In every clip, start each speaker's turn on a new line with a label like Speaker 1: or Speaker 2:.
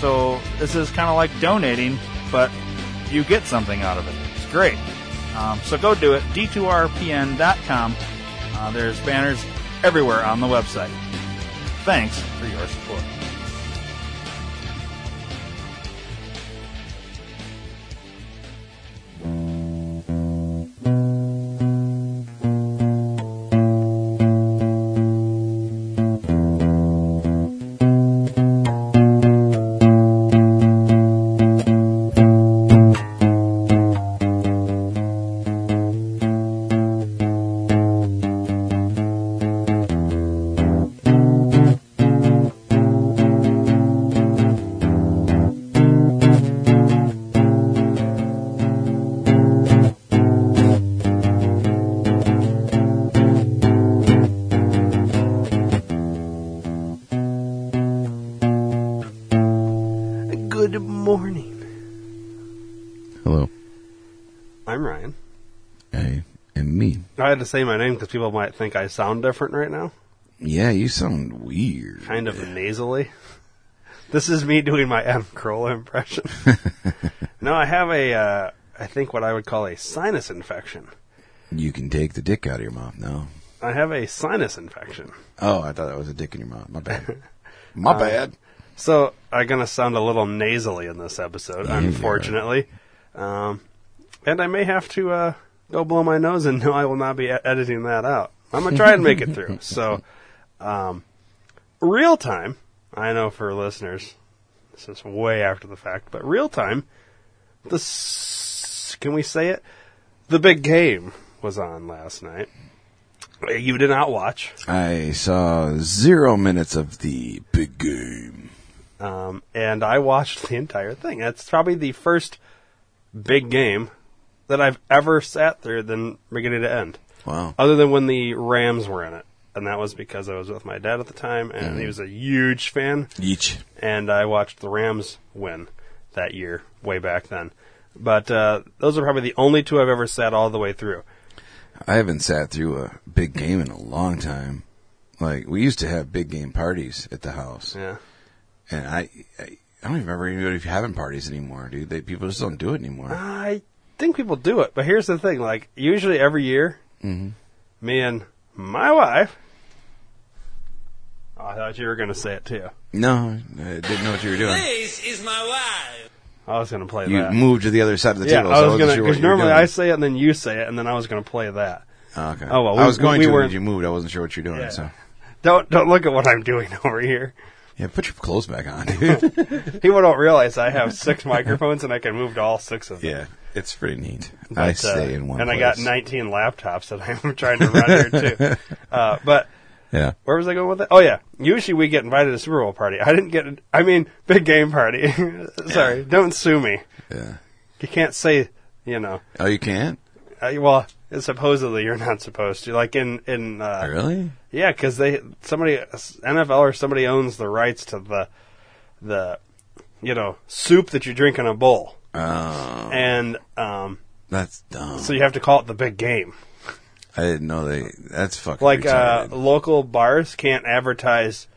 Speaker 1: So this is kind of like donating, but you get something out of it. It's great. Um, so go do it. D2RPN.com. Uh, there's banners everywhere on the website. Thanks for your support.
Speaker 2: Good morning.
Speaker 3: Hello.
Speaker 2: I'm Ryan.
Speaker 3: I am me.
Speaker 2: I had to say my name because people might think I sound different right now,
Speaker 3: Yeah, you sound weird.
Speaker 2: kind of nasally. This is me doing my Adam Carolla impression. no, I have a, uh, I think what I would call a sinus infection.
Speaker 3: You can take the dick out of your mouth now.
Speaker 2: I have a sinus infection.
Speaker 3: Oh, I thought that was a dick in your mouth. My bad. My bad.
Speaker 2: So I'm gonna sound a little nasally in this episode,
Speaker 3: Yeah, you are.
Speaker 2: unfortunately, um, and I may have to uh, go blow my nose. And no, I will not be e- editing that out. I'm gonna try and make it through. So, um, real time. I know for listeners, this is way after the fact, but real time. The s- can we say it? The big game was on last night. You did not watch.
Speaker 3: I saw zero minutes of the big game.
Speaker 2: um, and I watched the entire thing. That's probably the first big game that I've ever sat through than beginning to end,
Speaker 3: Wow.
Speaker 2: other than when the Rams were in it, and that was because I was with my dad at the time, and he was a huge fan,
Speaker 3: Each.
Speaker 2: and I watched the Rams win that year way back then. But uh, those are probably the only two I've ever sat all the way through.
Speaker 3: I haven't sat through a big game in a long time. Like we used to have big game parties at the house,
Speaker 2: Yeah,
Speaker 3: and I, I, I don't even remember anybody having parties anymore, dude. They, people just don't do it anymore.
Speaker 2: I think people do it, but here's the thing: like usually every year,
Speaker 3: Mhm.
Speaker 2: me and my wife. Oh, I thought you were going to say it too.
Speaker 3: No, I didn't know what you were doing.
Speaker 4: This is my wife.
Speaker 2: I was going to play
Speaker 3: You
Speaker 2: that.
Speaker 3: moved to the other side of the
Speaker 2: yeah,
Speaker 3: table.
Speaker 2: I was
Speaker 3: so
Speaker 2: going to
Speaker 3: sure what
Speaker 2: because
Speaker 3: you were
Speaker 2: normally
Speaker 3: doing.
Speaker 2: I say it and then you say it, and then I was going to play that.
Speaker 3: Oh, okay.
Speaker 2: Oh, well, we-
Speaker 3: I was going
Speaker 2: we
Speaker 3: to,
Speaker 2: weren't-
Speaker 3: but you moved. I wasn't sure what you're doing.
Speaker 2: Yeah.
Speaker 3: So
Speaker 2: Don't don't look at what I'm doing over here.
Speaker 3: yeah, put your clothes back on, dude.
Speaker 2: People don't realize I have six microphones and I can move to all six of them.
Speaker 3: yeah, it's pretty neat.
Speaker 2: But,
Speaker 3: I
Speaker 2: uh,
Speaker 3: stay in one.
Speaker 2: and I
Speaker 3: place.
Speaker 2: got 19 laptops that I'm trying to run here too. Uh, but
Speaker 3: Yeah,
Speaker 2: Where was I going with that? Oh yeah. Usually we get invited to a Super Bowl party. I didn't get. I mean, big game party. Sorry, don't sue me.
Speaker 3: yeah.
Speaker 2: You can't say you know.
Speaker 3: Oh, you can't
Speaker 2: Uh, well, supposedly you're not supposed to. Like in in uh,
Speaker 3: really?
Speaker 2: yeah, because they somebody NFL or somebody owns the rights to the the you know soup that you drink in a bowl,
Speaker 3: Oh,
Speaker 2: and um,
Speaker 3: that's dumb.
Speaker 2: so you have to call it the big game.
Speaker 3: I didn't know they. That's fucking
Speaker 2: like uh,
Speaker 3: retarded.
Speaker 2: local bars can't advertise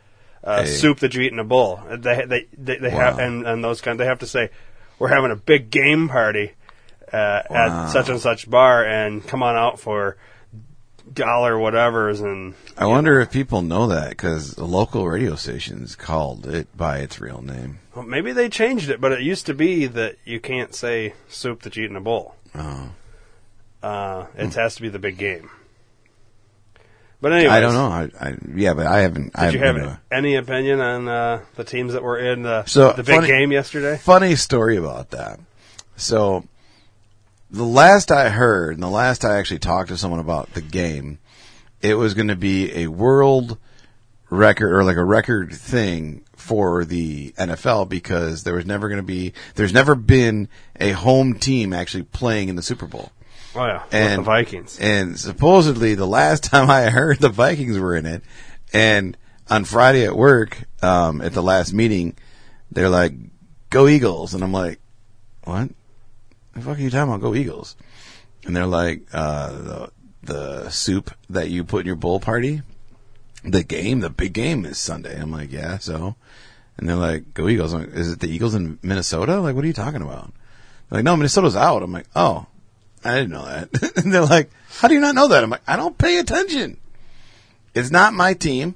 Speaker 2: uh,
Speaker 3: Hey.
Speaker 2: soup that you eat in a bowl. They they they, they
Speaker 3: Wow.
Speaker 2: have and, and those kind. They have to say we're having a big game party uh,
Speaker 3: Wow.
Speaker 2: at such and such bar, and come on out for dollar whatever's and
Speaker 3: I wonder if people know that because the local radio stations called it by its real name.
Speaker 2: well, maybe they changed it, but it used to be that you can't say soup that you eat in a bowl.
Speaker 3: Oh,
Speaker 2: Uh, it has to be the big game. But anyway,
Speaker 3: Hmm. I don't know. I, I yeah, but I haven't. I
Speaker 2: Did you
Speaker 3: haven't
Speaker 2: have
Speaker 3: been to a-
Speaker 2: any opinion on uh, the teams that were in the
Speaker 3: So,
Speaker 2: the big
Speaker 3: funny-
Speaker 2: game yesterday?
Speaker 3: Funny story about that. So, the last I heard, and the last I actually talked to someone about the game, it was going to be a world record or like a record thing for the NFL because there was never going to be, there's never been a home team actually playing in the Super Bowl.
Speaker 2: Oh yeah, with
Speaker 3: And
Speaker 2: the Vikings.
Speaker 3: And supposedly the last time I heard the Vikings were in it, and on Friday at work, um, at the last meeting, they're like, "Go Eagles," and I'm like, "What? The fuck are you talking about? Go Eagles?" And they're like, uh, the, "The soup that you put in your bowl party, the game, the big game is Sunday." I'm like, "Yeah, so." And they're like, "Go Eagles!" I'm like, Is it the Eagles in Minnesota? Like, what are you talking about? They're like, no, Minnesota's out. I'm like, oh, I didn't know that. and they're like, how do you not know that? I'm like, I don't pay attention. It's not my team,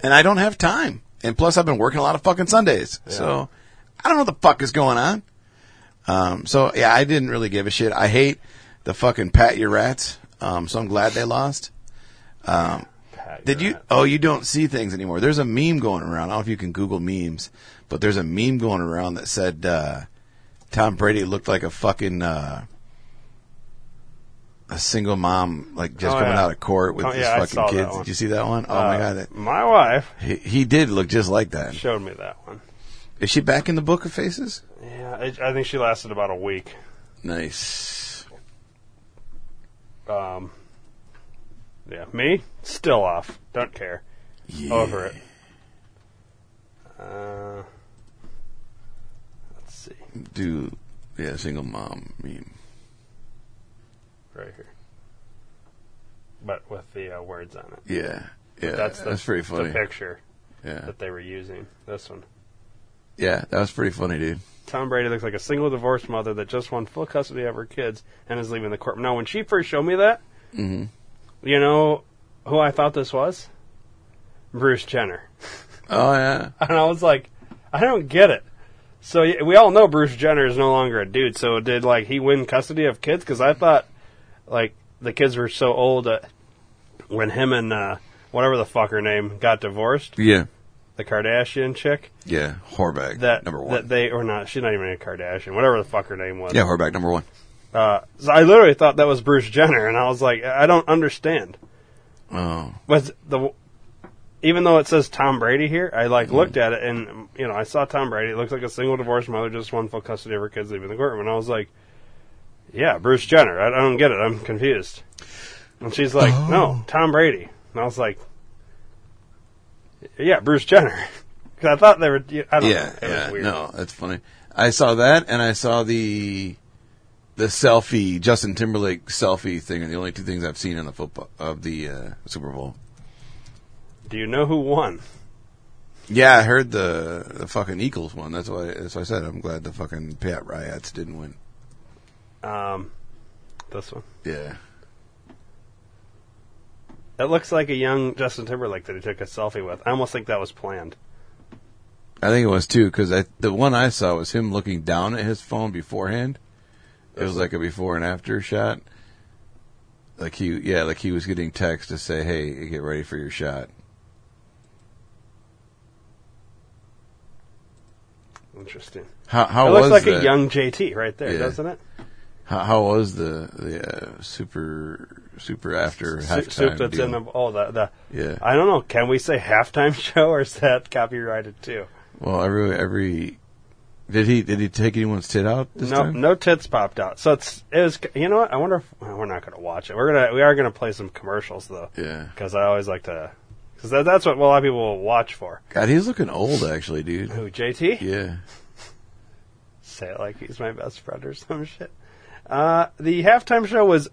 Speaker 3: and I don't have time. And plus, I've been working a lot of fucking Sundays, so I don't know what the fuck is going on. Um, so yeah, I didn't really give a shit. I hate the fucking pat your rats. Um, so I'm glad they lost.
Speaker 2: Pat,
Speaker 3: Did
Speaker 2: you're
Speaker 3: you?
Speaker 2: right.
Speaker 3: Oh, you don't see things anymore. There's a meme going around. I don't know if you can Google memes, but there's a meme going around that said uh, Tom Brady looked like a fucking uh, a single mom, like just
Speaker 2: Oh,
Speaker 3: coming
Speaker 2: yeah.
Speaker 3: out of court with
Speaker 2: Oh,
Speaker 3: his
Speaker 2: yeah, I saw
Speaker 3: fucking
Speaker 2: that
Speaker 3: kids.
Speaker 2: one.
Speaker 3: Did you see that one? Oh my
Speaker 2: Uh,
Speaker 3: god, that,
Speaker 2: my wife
Speaker 3: he, he did look just like that.
Speaker 2: showed me that one.
Speaker 3: Is she back in the book of faces?
Speaker 2: Yeah, I, I think she lasted about a week.
Speaker 3: Nice.
Speaker 2: Um, yeah, me still off. Don't care.
Speaker 3: Yeah.
Speaker 2: Over it. Uh, let's see,
Speaker 3: Do yeah, single mom meme.
Speaker 2: right here. But with the uh, words on it.
Speaker 3: Yeah, yeah,
Speaker 2: That's the,
Speaker 3: pretty funny.
Speaker 2: The picture
Speaker 3: Yeah,
Speaker 2: that they were using. This one.
Speaker 3: yeah, that was pretty funny, dude.
Speaker 2: Tom Brady looks like a single divorced mother that just won full custody of her kids and is leaving the court. Now, when she first showed me that,
Speaker 3: Mhm.
Speaker 2: you know who I thought this was? Bruce Jenner.
Speaker 3: Oh yeah.
Speaker 2: And I was like, I don't get it. So y- we all know Bruce Jenner is no longer a dude. So did like he win custody of kids? Because I thought like the kids were so old that when him and uh, whatever the fuck her name got divorced,
Speaker 3: Yeah.
Speaker 2: the Kardashian chick,
Speaker 3: Yeah. Horback.
Speaker 2: that
Speaker 3: number
Speaker 2: that
Speaker 3: one.
Speaker 2: they or not, she's not even a Kardashian, whatever the fuck her name was.
Speaker 3: yeah, Horback number one.
Speaker 2: Uh, so I literally thought that was Bruce Jenner, and I was like, I don't understand.
Speaker 3: Oh.
Speaker 2: Was the even though it says Tom Brady here, I like looked
Speaker 3: Mm-hmm.
Speaker 2: at it, and you know, I saw Tom Brady. It looks like a single divorced mother just won full custody of her kids, leaving the courtroom, and I was like, Yeah, Bruce Jenner. I, I don't get it. I'm confused. And she's like,
Speaker 3: Oh.
Speaker 2: No, Tom Brady. And I was like, Yeah, Bruce Jenner. Because I thought they were. I don't
Speaker 3: Yeah,
Speaker 2: know. It
Speaker 3: yeah.
Speaker 2: was weird.
Speaker 3: No, that's funny. I saw that and I saw the the selfie Justin Timberlake selfie thing are the only two things I've seen in the football of the uh, Super Bowl.
Speaker 2: Do you know who won?
Speaker 3: Yeah, I heard the the fucking Eagles won. That's why that's why I said I'm glad the fucking Pat Riots didn't win.
Speaker 2: Um, this one.
Speaker 3: Yeah.
Speaker 2: It looks like a young Justin Timberlake that he took a selfie with. I almost think that was planned.
Speaker 3: I think it was too because I the one I saw was him looking down at his phone beforehand. It was like a before and after shot. Like he, yeah, like he was getting text to say, "Hey, get ready for your shot."
Speaker 2: Interesting.
Speaker 3: How how
Speaker 2: it
Speaker 3: Oh, was
Speaker 2: looks like
Speaker 3: that?
Speaker 2: a young JT right there,
Speaker 3: Yeah.
Speaker 2: doesn't it?
Speaker 3: How, how was the the uh, super super after halftime
Speaker 2: Soup, soup that's
Speaker 3: deal?
Speaker 2: in the oh the the.
Speaker 3: Yeah.
Speaker 2: I don't know. Can we say halftime show or is that copyrighted too?
Speaker 3: well, every every did he did he take anyone's tit out this
Speaker 2: no,
Speaker 3: time?
Speaker 2: no tits popped out. So it's it was. You know what? I wonder. if well, We're not going to watch it. We're gonna we are gonna play some commercials though.
Speaker 3: Yeah.
Speaker 2: Because I always like to. Because that, that's what a lot of people will watch for.
Speaker 3: God, he's looking old actually, dude.
Speaker 2: Who JT?
Speaker 3: Yeah.
Speaker 2: say it like he's my best friend or some shit. Uh, the halftime show was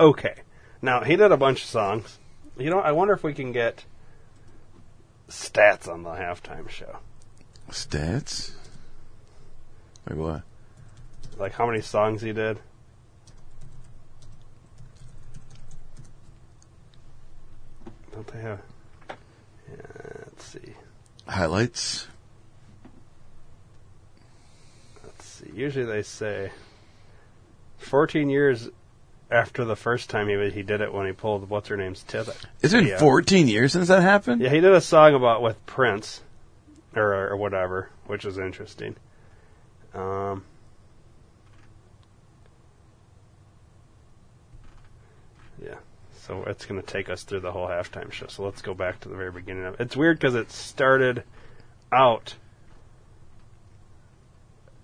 Speaker 2: okay. Now he did a bunch of songs. You know, I wonder if we can get stats on the halftime show,
Speaker 3: Stats. Like what?
Speaker 2: like how many songs he did. Don't they have? Yeah, let's see.
Speaker 3: Highlights.
Speaker 2: Let's see. Usually they say 14 years after the first time he he did it when he pulled what's her name's tip.
Speaker 3: It's been
Speaker 2: Yeah.
Speaker 3: 14 years since that happened.
Speaker 2: Yeah, he did a song about with Prince or, or whatever, which is interesting. Um, yeah, So it's going to take us through the whole halftime show. So let's go back to the very beginning of it. It's weird because it started out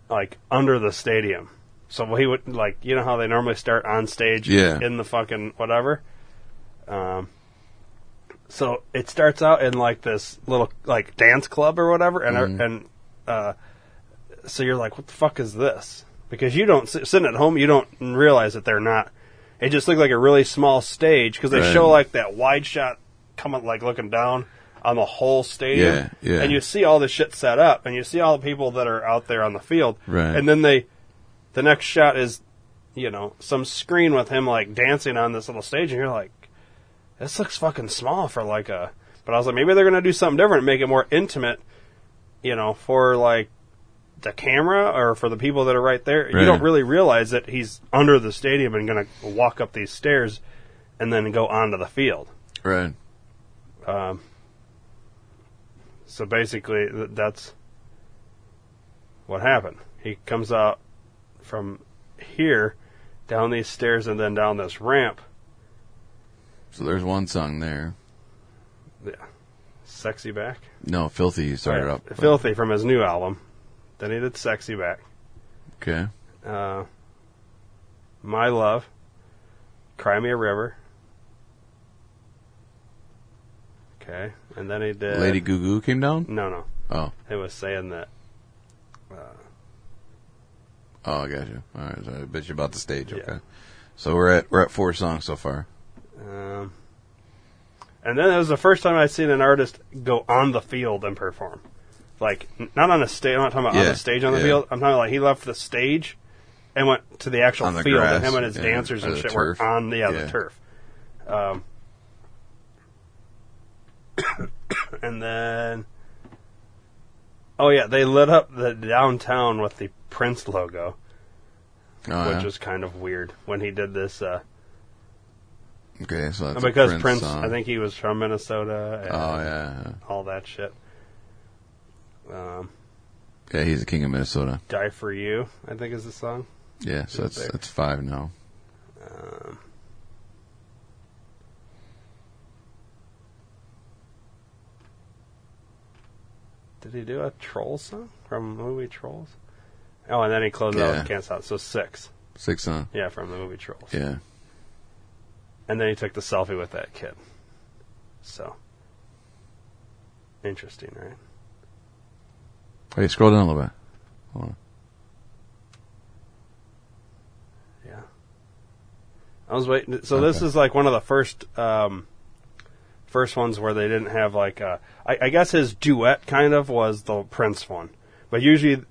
Speaker 2: like under the stadium. So he would like you know how they normally start on stage
Speaker 3: Yeah.
Speaker 2: in the fucking whatever. Um, so it starts out in like this little like dance club or whatever, and and uh, so you're like, what the fuck is this? Because you don't sit- sitting at home, you don't realize that they're not. It just looked like a really small stage because they
Speaker 3: Right.
Speaker 2: show like that wide shot coming like looking down on the whole stadium,
Speaker 3: Yeah, yeah.
Speaker 2: and you see all this shit set up, and you see all the people that are out there on the field,
Speaker 3: Right.
Speaker 2: and then they, the next shot is, you know, some screen with him like dancing on this little stage, and you're like, this looks fucking small for like a. But I was like, maybe they're gonna do something different, make it more intimate, you know, for like the camera or for the people that are right there. You
Speaker 3: Right.
Speaker 2: don't really realize that he's under the stadium and gonna walk up these stairs and then go onto the field.
Speaker 3: Right.
Speaker 2: So basically, th- that's what happened. He comes out from here, down these stairs, and then down this ramp.
Speaker 3: So there's one song there.
Speaker 2: Yeah. Sexy Back.
Speaker 3: No, Filthy you started
Speaker 2: Yeah,
Speaker 3: up. with.
Speaker 2: Filthy from his new album. Then he did Sexy Back.
Speaker 3: Okay.
Speaker 2: Uh, My Love. Cry Me a River. Okay. And then he did.
Speaker 3: Lady Goo Goo came down?
Speaker 2: No, no.
Speaker 3: Oh.
Speaker 2: It was saying that.
Speaker 3: Oh, I got you. All right. So I bet you about the stage.
Speaker 2: Yeah.
Speaker 3: Okay. So we're at we're at four songs so far.
Speaker 2: Um, and then it was the first time I'd seen an artist go on the field and perform. Like, n- not on a stage, I'm not talking about on
Speaker 3: Yeah,
Speaker 2: the stage on the
Speaker 3: yeah.
Speaker 2: field. I'm talking like he left the stage and went to the actual
Speaker 3: On the
Speaker 2: field,
Speaker 3: grass,
Speaker 2: and him and his
Speaker 3: yeah,
Speaker 2: dancers
Speaker 3: or
Speaker 2: and
Speaker 3: the
Speaker 2: shit
Speaker 3: turf.
Speaker 2: were on the, yeah,
Speaker 3: Yeah.
Speaker 2: the turf. Um, and then. Oh, yeah, they lit up the downtown with the Prince logo,
Speaker 3: Oh,
Speaker 2: which
Speaker 3: yeah?
Speaker 2: was kind of weird when he did this. Uh,
Speaker 3: okay. So that's a
Speaker 2: because
Speaker 3: Prince,
Speaker 2: Prince,
Speaker 3: song.
Speaker 2: I think he was from Minnesota. And
Speaker 3: Oh yeah.
Speaker 2: all that shit. Um,
Speaker 3: Yeah, he's the king of Minnesota.
Speaker 2: Die for You, I think is the song.
Speaker 3: Yeah. So that's
Speaker 2: Big.
Speaker 3: that's five now.
Speaker 2: Um, did he do a troll song from the movie Trolls? Oh, and then he closed out
Speaker 3: Yeah.
Speaker 2: with Can't Stop. So six,
Speaker 3: Six song.
Speaker 2: yeah, from the movie Trolls.
Speaker 3: Yeah.
Speaker 2: And then he took the selfie with that kid. So interesting, right?
Speaker 3: Hey, scroll down a little bit. Hold on.
Speaker 2: Yeah. I was waiting. So this
Speaker 3: Okay.
Speaker 2: is like one of the first, um, first ones where they didn't have like a. I, I guess his duet kind of was the Prince one, but usually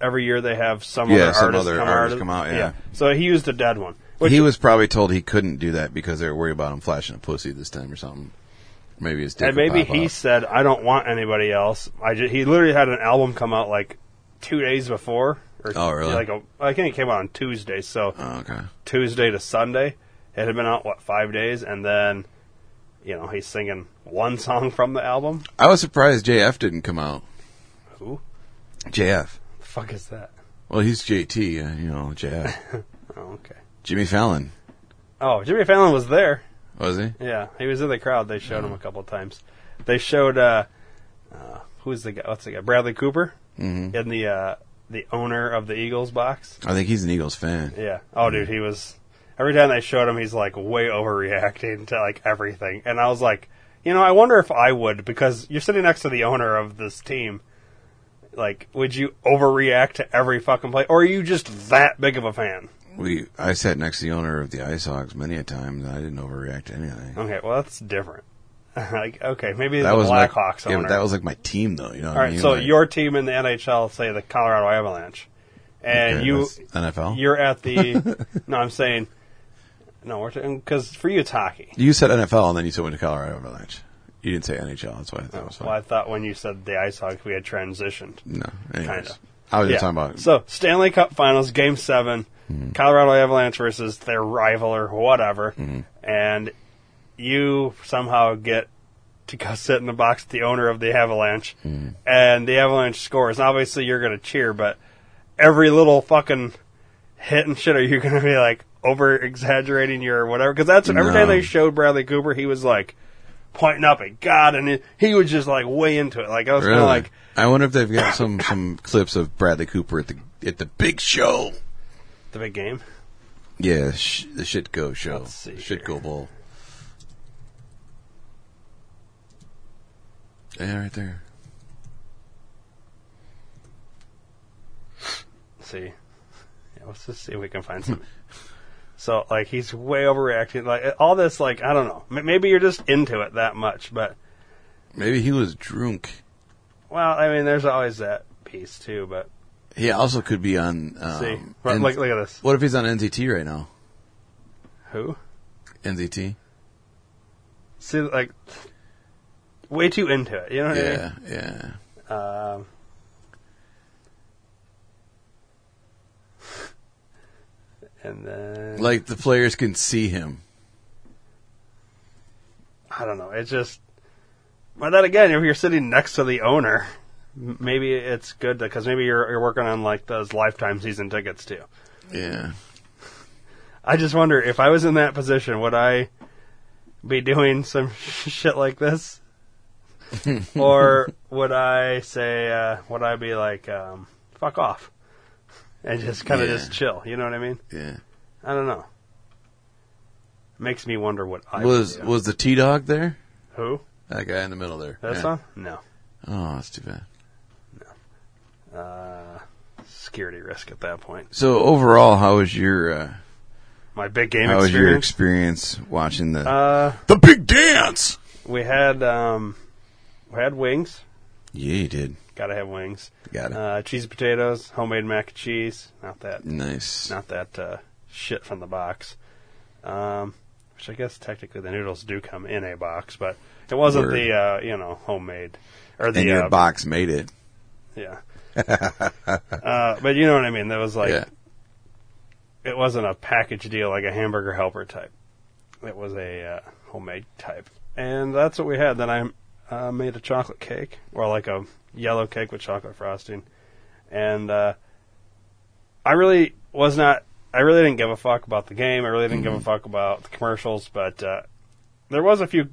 Speaker 2: every year they have some
Speaker 3: Yeah,
Speaker 2: other
Speaker 3: some
Speaker 2: artist
Speaker 3: other
Speaker 2: come
Speaker 3: artist
Speaker 2: out.
Speaker 3: come out, yeah.
Speaker 2: So he used a dead one. Which
Speaker 3: he was probably told he couldn't do that because they were worried about him flashing a pussy this time or something. Maybe his dick
Speaker 2: and
Speaker 3: would
Speaker 2: maybe
Speaker 3: pop
Speaker 2: he
Speaker 3: out.
Speaker 2: said, "I don't want anybody else." I ju- he literally had an album come out like two days before. Or
Speaker 3: Oh, really?
Speaker 2: Like a, I think it came out on Tuesday. So
Speaker 3: Oh, okay.
Speaker 2: Tuesday to Sunday. It had been out what five days, and then you know he's singing one song from the album.
Speaker 3: I was surprised JF didn't come out.
Speaker 2: Who
Speaker 3: JF.
Speaker 2: the fuck is that?
Speaker 3: Well, he's JT, uh, you know, JF.
Speaker 2: Oh, okay.
Speaker 3: Jimmy Fallon,
Speaker 2: Oh, Jimmy Fallon was there.
Speaker 3: was he?
Speaker 2: Yeah, he was in the crowd. They showed him a couple times. They showed uh, uh who's the guy? What's the guy? Bradley Cooper in the uh the owner of the Eagles box.
Speaker 3: I think he's an Eagles fan.
Speaker 2: Yeah. Oh, dude, he was. Every time they showed him, he's like way overreacting to like everything, and I was like, you know, I wonder if I would because you're sitting next to the owner of this team. Like, would you overreact to every fucking play, or are you just that big of a fan?
Speaker 3: We, I sat next to the owner of the Ice Hogs many a times, and I didn't overreact to anything.
Speaker 2: Okay, well that's different. like, okay, maybe
Speaker 3: that
Speaker 2: the
Speaker 3: was like,
Speaker 2: Blackhawks
Speaker 3: yeah,
Speaker 2: owner.
Speaker 3: but that was like my team, though. You know,
Speaker 2: All
Speaker 3: what I
Speaker 2: right,
Speaker 3: mean?
Speaker 2: so
Speaker 3: Like,
Speaker 2: your team in the NHL, say the Colorado Avalanche, and
Speaker 3: okay,
Speaker 2: you
Speaker 3: that's NFL.
Speaker 2: you're at the. no, I'm saying, no, we're because for you it's hockey.
Speaker 3: you said NFL, and then you said went to Colorado Avalanche. You didn't say NHL. That's why I thought it was fine.
Speaker 2: Oh, Well, I thought when you said the Ice Hogs, we had transitioned.
Speaker 3: no, anyways,
Speaker 2: Kinda.
Speaker 3: I was just talking about Hmm.
Speaker 2: So, Stanley Cup Finals, Game 7, Colorado Avalanche versus their rival or whatever,
Speaker 3: Hmm.
Speaker 2: and you somehow get to go sit in the box with the owner of the Avalanche,
Speaker 3: Hmm.
Speaker 2: and the Avalanche scores. And obviously, you're going to cheer, but every little fucking hit and shit, are you going to be like, over exaggerating your whatever. Because that's every
Speaker 3: No.
Speaker 2: time they showed Bradley Cooper, he was like pointing up at God, and it, he was just like way into it. Like I was kind
Speaker 3: Really?
Speaker 2: of like,
Speaker 3: I wonder if they've got some some clips of Bradley Cooper at the at the big show.
Speaker 2: the big game.
Speaker 3: Yeah, sh- the Shitco show,
Speaker 2: Let's see
Speaker 3: Shitco Bowl. Yeah, right there.
Speaker 2: Let's see. Yeah, let's just see if we can find some. so like he's way overreacting. Like all this, like I don't know. M- Maybe you're just into it that much, but
Speaker 3: Maybe he was drunk.
Speaker 2: well, I mean, there's always that piece too. But
Speaker 3: He also could be on. Um,
Speaker 2: see, But
Speaker 3: N-
Speaker 2: look, look at this.
Speaker 3: What if he's on NZT right now?
Speaker 2: Who?
Speaker 3: NZT.
Speaker 2: See, like way too into it. You know what I mean?
Speaker 3: Yeah, yeah.
Speaker 2: Um, and then
Speaker 3: Like the players can see him.
Speaker 2: I don't know. It's just, but then again, if you're sitting next to the owner, m- maybe it's good because maybe you're you're working on like those lifetime season tickets too.
Speaker 3: Yeah.
Speaker 2: I just wonder if I was in that position, would I be doing some shit like this, or would I say, uh, would I be like, um, fuck off, and just kind of
Speaker 3: Yeah.
Speaker 2: just chill? You know what I mean?
Speaker 3: Yeah.
Speaker 2: I don't know. Makes me wonder what I
Speaker 3: was
Speaker 2: would do.
Speaker 3: was the T Dog there?
Speaker 2: who
Speaker 3: That guy in the middle there.
Speaker 2: that
Speaker 3: Yeah.
Speaker 2: song? No,
Speaker 3: Oh, that's too bad.
Speaker 2: uh, security risk at that point.
Speaker 3: So overall, how was your uh,
Speaker 2: My big game
Speaker 3: how was your
Speaker 2: experience.
Speaker 3: experience watching the
Speaker 2: uh,
Speaker 3: the big dance?
Speaker 2: we had um, we had wings.
Speaker 3: Yeah, you did.
Speaker 2: Gotta have wings.
Speaker 3: Got it.
Speaker 2: Uh, cheese and potatoes, homemade mac and cheese. Not that,
Speaker 3: nice.
Speaker 2: not that uh, shit from the box. Um, which I guess technically the noodles do come in a box, but it wasn't
Speaker 3: Word.
Speaker 2: the uh, you know homemade or the
Speaker 3: and your
Speaker 2: uh,
Speaker 3: box made it.
Speaker 2: yeah. uh, but you know what I mean. That was like
Speaker 3: yeah.
Speaker 2: it wasn't a package deal like a hamburger helper type. It was a uh, homemade type, and that's what we had. Then I uh, made a chocolate cake, or like a yellow cake with chocolate frosting, and uh, I really was not. I really didn't give a fuck about the game. I really didn't
Speaker 3: Mm-hmm.
Speaker 2: give a fuck about the commercials, but uh, there was a few.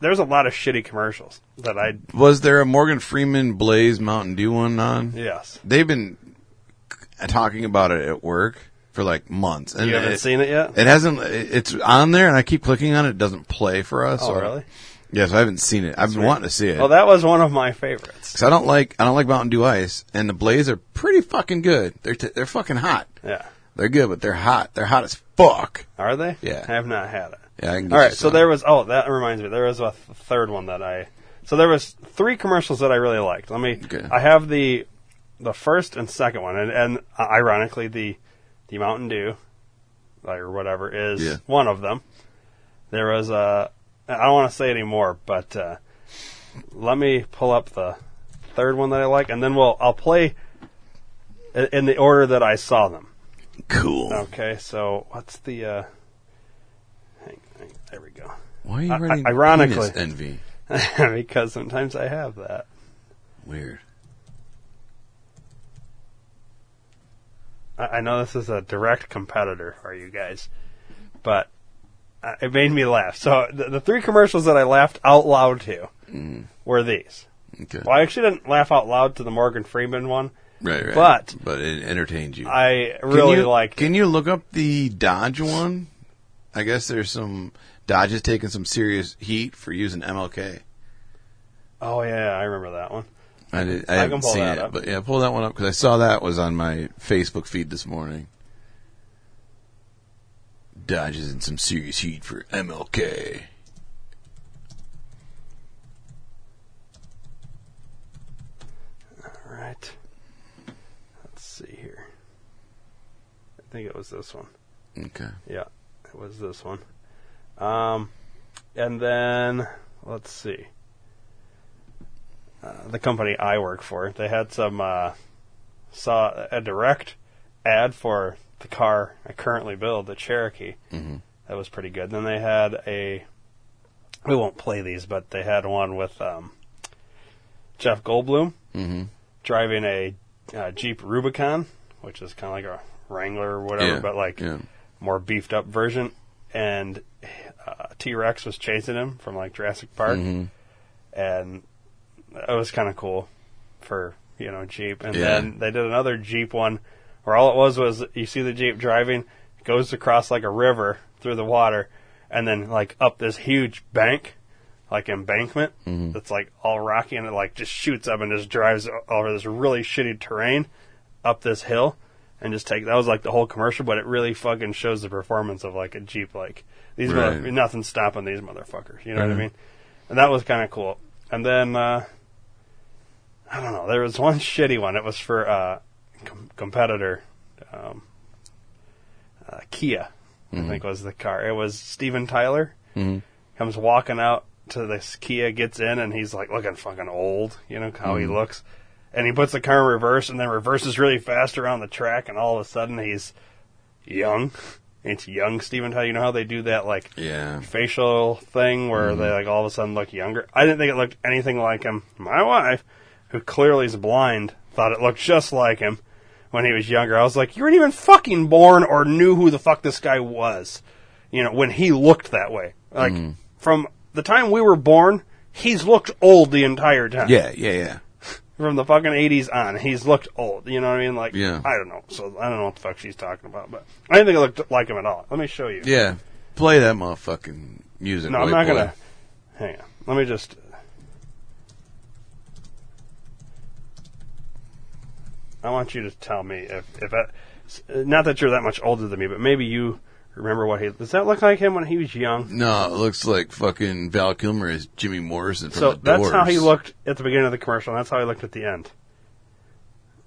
Speaker 2: There's a lot of shitty commercials that I
Speaker 3: Was there a Morgan Freeman Blaze Mountain Dew one on?
Speaker 2: yes.
Speaker 3: They've been talking about it at work for like months, and
Speaker 2: You haven't
Speaker 3: it,
Speaker 2: seen it yet.
Speaker 3: it hasn't. It's on there, and I keep clicking on it. It doesn't play for us.
Speaker 2: oh
Speaker 3: so I-
Speaker 2: really?
Speaker 3: Yes, I haven't seen it. I've been wanting to see it.
Speaker 2: Well, that was one of my favorites.
Speaker 3: 'Cause I don't like I don't like Mountain Dew Ice, and the Blaze are pretty fucking good. They're t- they're fucking hot.
Speaker 2: Yeah.
Speaker 3: They're good, but they're hot. They're hot as fuck.
Speaker 2: Are they?
Speaker 3: Yeah.
Speaker 2: I have not had it.
Speaker 3: Yeah, I can get
Speaker 2: All
Speaker 3: you
Speaker 2: right, so
Speaker 3: some.
Speaker 2: there was. Oh, that reminds me. There was a th- third one that I. So there was three commercials that I really liked. Let me.
Speaker 3: Okay.
Speaker 2: I have the the first and second one, and, and uh, ironically, the the Mountain Dew, like, or whatever, is
Speaker 3: Yeah.
Speaker 2: one of them. There was a. I don't want to say anymore, but uh, let me pull up the third one that I like, and then we'll. I'll play i- in the order that I saw them.
Speaker 3: Cool.
Speaker 2: Okay, so what's the? Uh, hang, hang, there we go.
Speaker 3: Why are you
Speaker 2: I- I-
Speaker 3: writing
Speaker 2: ironically-
Speaker 3: penis envy?
Speaker 2: because sometimes I have that.
Speaker 3: Weird.
Speaker 2: I, I know this is a direct competitor for you guys, but uh, it made me laugh. So the, the three commercials that I laughed out loud to
Speaker 3: Mm.
Speaker 2: were these.
Speaker 3: Okay.
Speaker 2: Well, I actually didn't laugh out loud to the Morgan Freeman one.
Speaker 3: Right, right.
Speaker 2: But-
Speaker 3: but it entertained you.
Speaker 2: I
Speaker 3: Can
Speaker 2: really
Speaker 3: you,
Speaker 2: liked.
Speaker 3: Can you look up the Dodge one? I guess there's some Dodge is taking some serious heat for using MLK.
Speaker 2: oh yeah, I remember that one.
Speaker 3: I, did,
Speaker 2: I can
Speaker 3: I, haven't
Speaker 2: pull
Speaker 3: seen
Speaker 2: that
Speaker 3: it,
Speaker 2: up.
Speaker 3: but yeah, pull that one up because I saw that was on my Facebook feed this morning. Dodge is in some serious heat for MLK.
Speaker 2: All right, let's see here. I think it was this one.
Speaker 3: Okay.
Speaker 2: Yeah, it was this one. Um, and then let's see. Uh, the company I work for, they had some uh, saw a direct ad for the car I currently build, the Cherokee. Mm-hmm. That was pretty good. Then they had a. We won't play these, but they had one with um, Jeff Goldblum
Speaker 3: Mm-hmm.
Speaker 2: driving a uh, Jeep Rubicon, which is kind of like a Wrangler or whatever,
Speaker 3: yeah.
Speaker 2: but like
Speaker 3: yeah.
Speaker 2: more beefed up version, and uh, T Rex was chasing him from like Jurassic Park, and it was kind of cool for you know Jeep. And
Speaker 3: Yeah.
Speaker 2: then they did another Jeep one where all it was was you see the Jeep driving, goes across like a river through the water, and then like up this huge bank. Like embankment that's like all rocky and it like just shoots up and just drives o- over this really shitty terrain up this hill and just take that was like the whole commercial, but it really fucking shows the performance of like a Jeep. Like these,
Speaker 3: Right.
Speaker 2: mother- nothing's stopping these motherfuckers. You know what I mean? And that was kind of cool. And then uh, I don't know. There was one shitty one. It was for uh, com- competitor um, uh, Kia. I think was the car. It was Steven Tyler comes walking out to this Kia, gets in, and he's like looking fucking old, you know, how he looks. And he puts the car in reverse and then reverses really fast around the track, and all of a sudden he's young. It's young Steven Tyler. You know how they do that, like,
Speaker 3: Yeah.
Speaker 2: facial thing where
Speaker 3: Mm-hmm.
Speaker 2: they, like, all of a sudden look younger? I didn't think it looked anything like him. My wife, who clearly is blind, thought it looked just like him when he was younger. I was like, you weren't even fucking born or knew who the fuck this guy was you know, when he looked that way. Like
Speaker 3: Mm-hmm.
Speaker 2: from the time we were born, he's looked old the entire time.
Speaker 3: Yeah, yeah, yeah.
Speaker 2: From the fucking eighties on, he's looked old. You know what I mean? Like
Speaker 3: Yeah.
Speaker 2: I don't know. So I don't know what the fuck she's talking about, but I didn't think it looked like him at all. Let me show you.
Speaker 3: Yeah. Play that motherfucking music.
Speaker 2: no, I'm not
Speaker 3: white boy.
Speaker 2: gonna hang on. Let me just uh, I want you to tell me if if I, uh, not that you're that much older than me, but maybe you remember what he does that look like him when he was young?
Speaker 3: No, it looks like fucking Val Kilmer is Jimmy Morrison from
Speaker 2: So
Speaker 3: the
Speaker 2: that's how he
Speaker 3: Doors.
Speaker 2: looked at the beginning of the commercial, and that's how he looked at the end.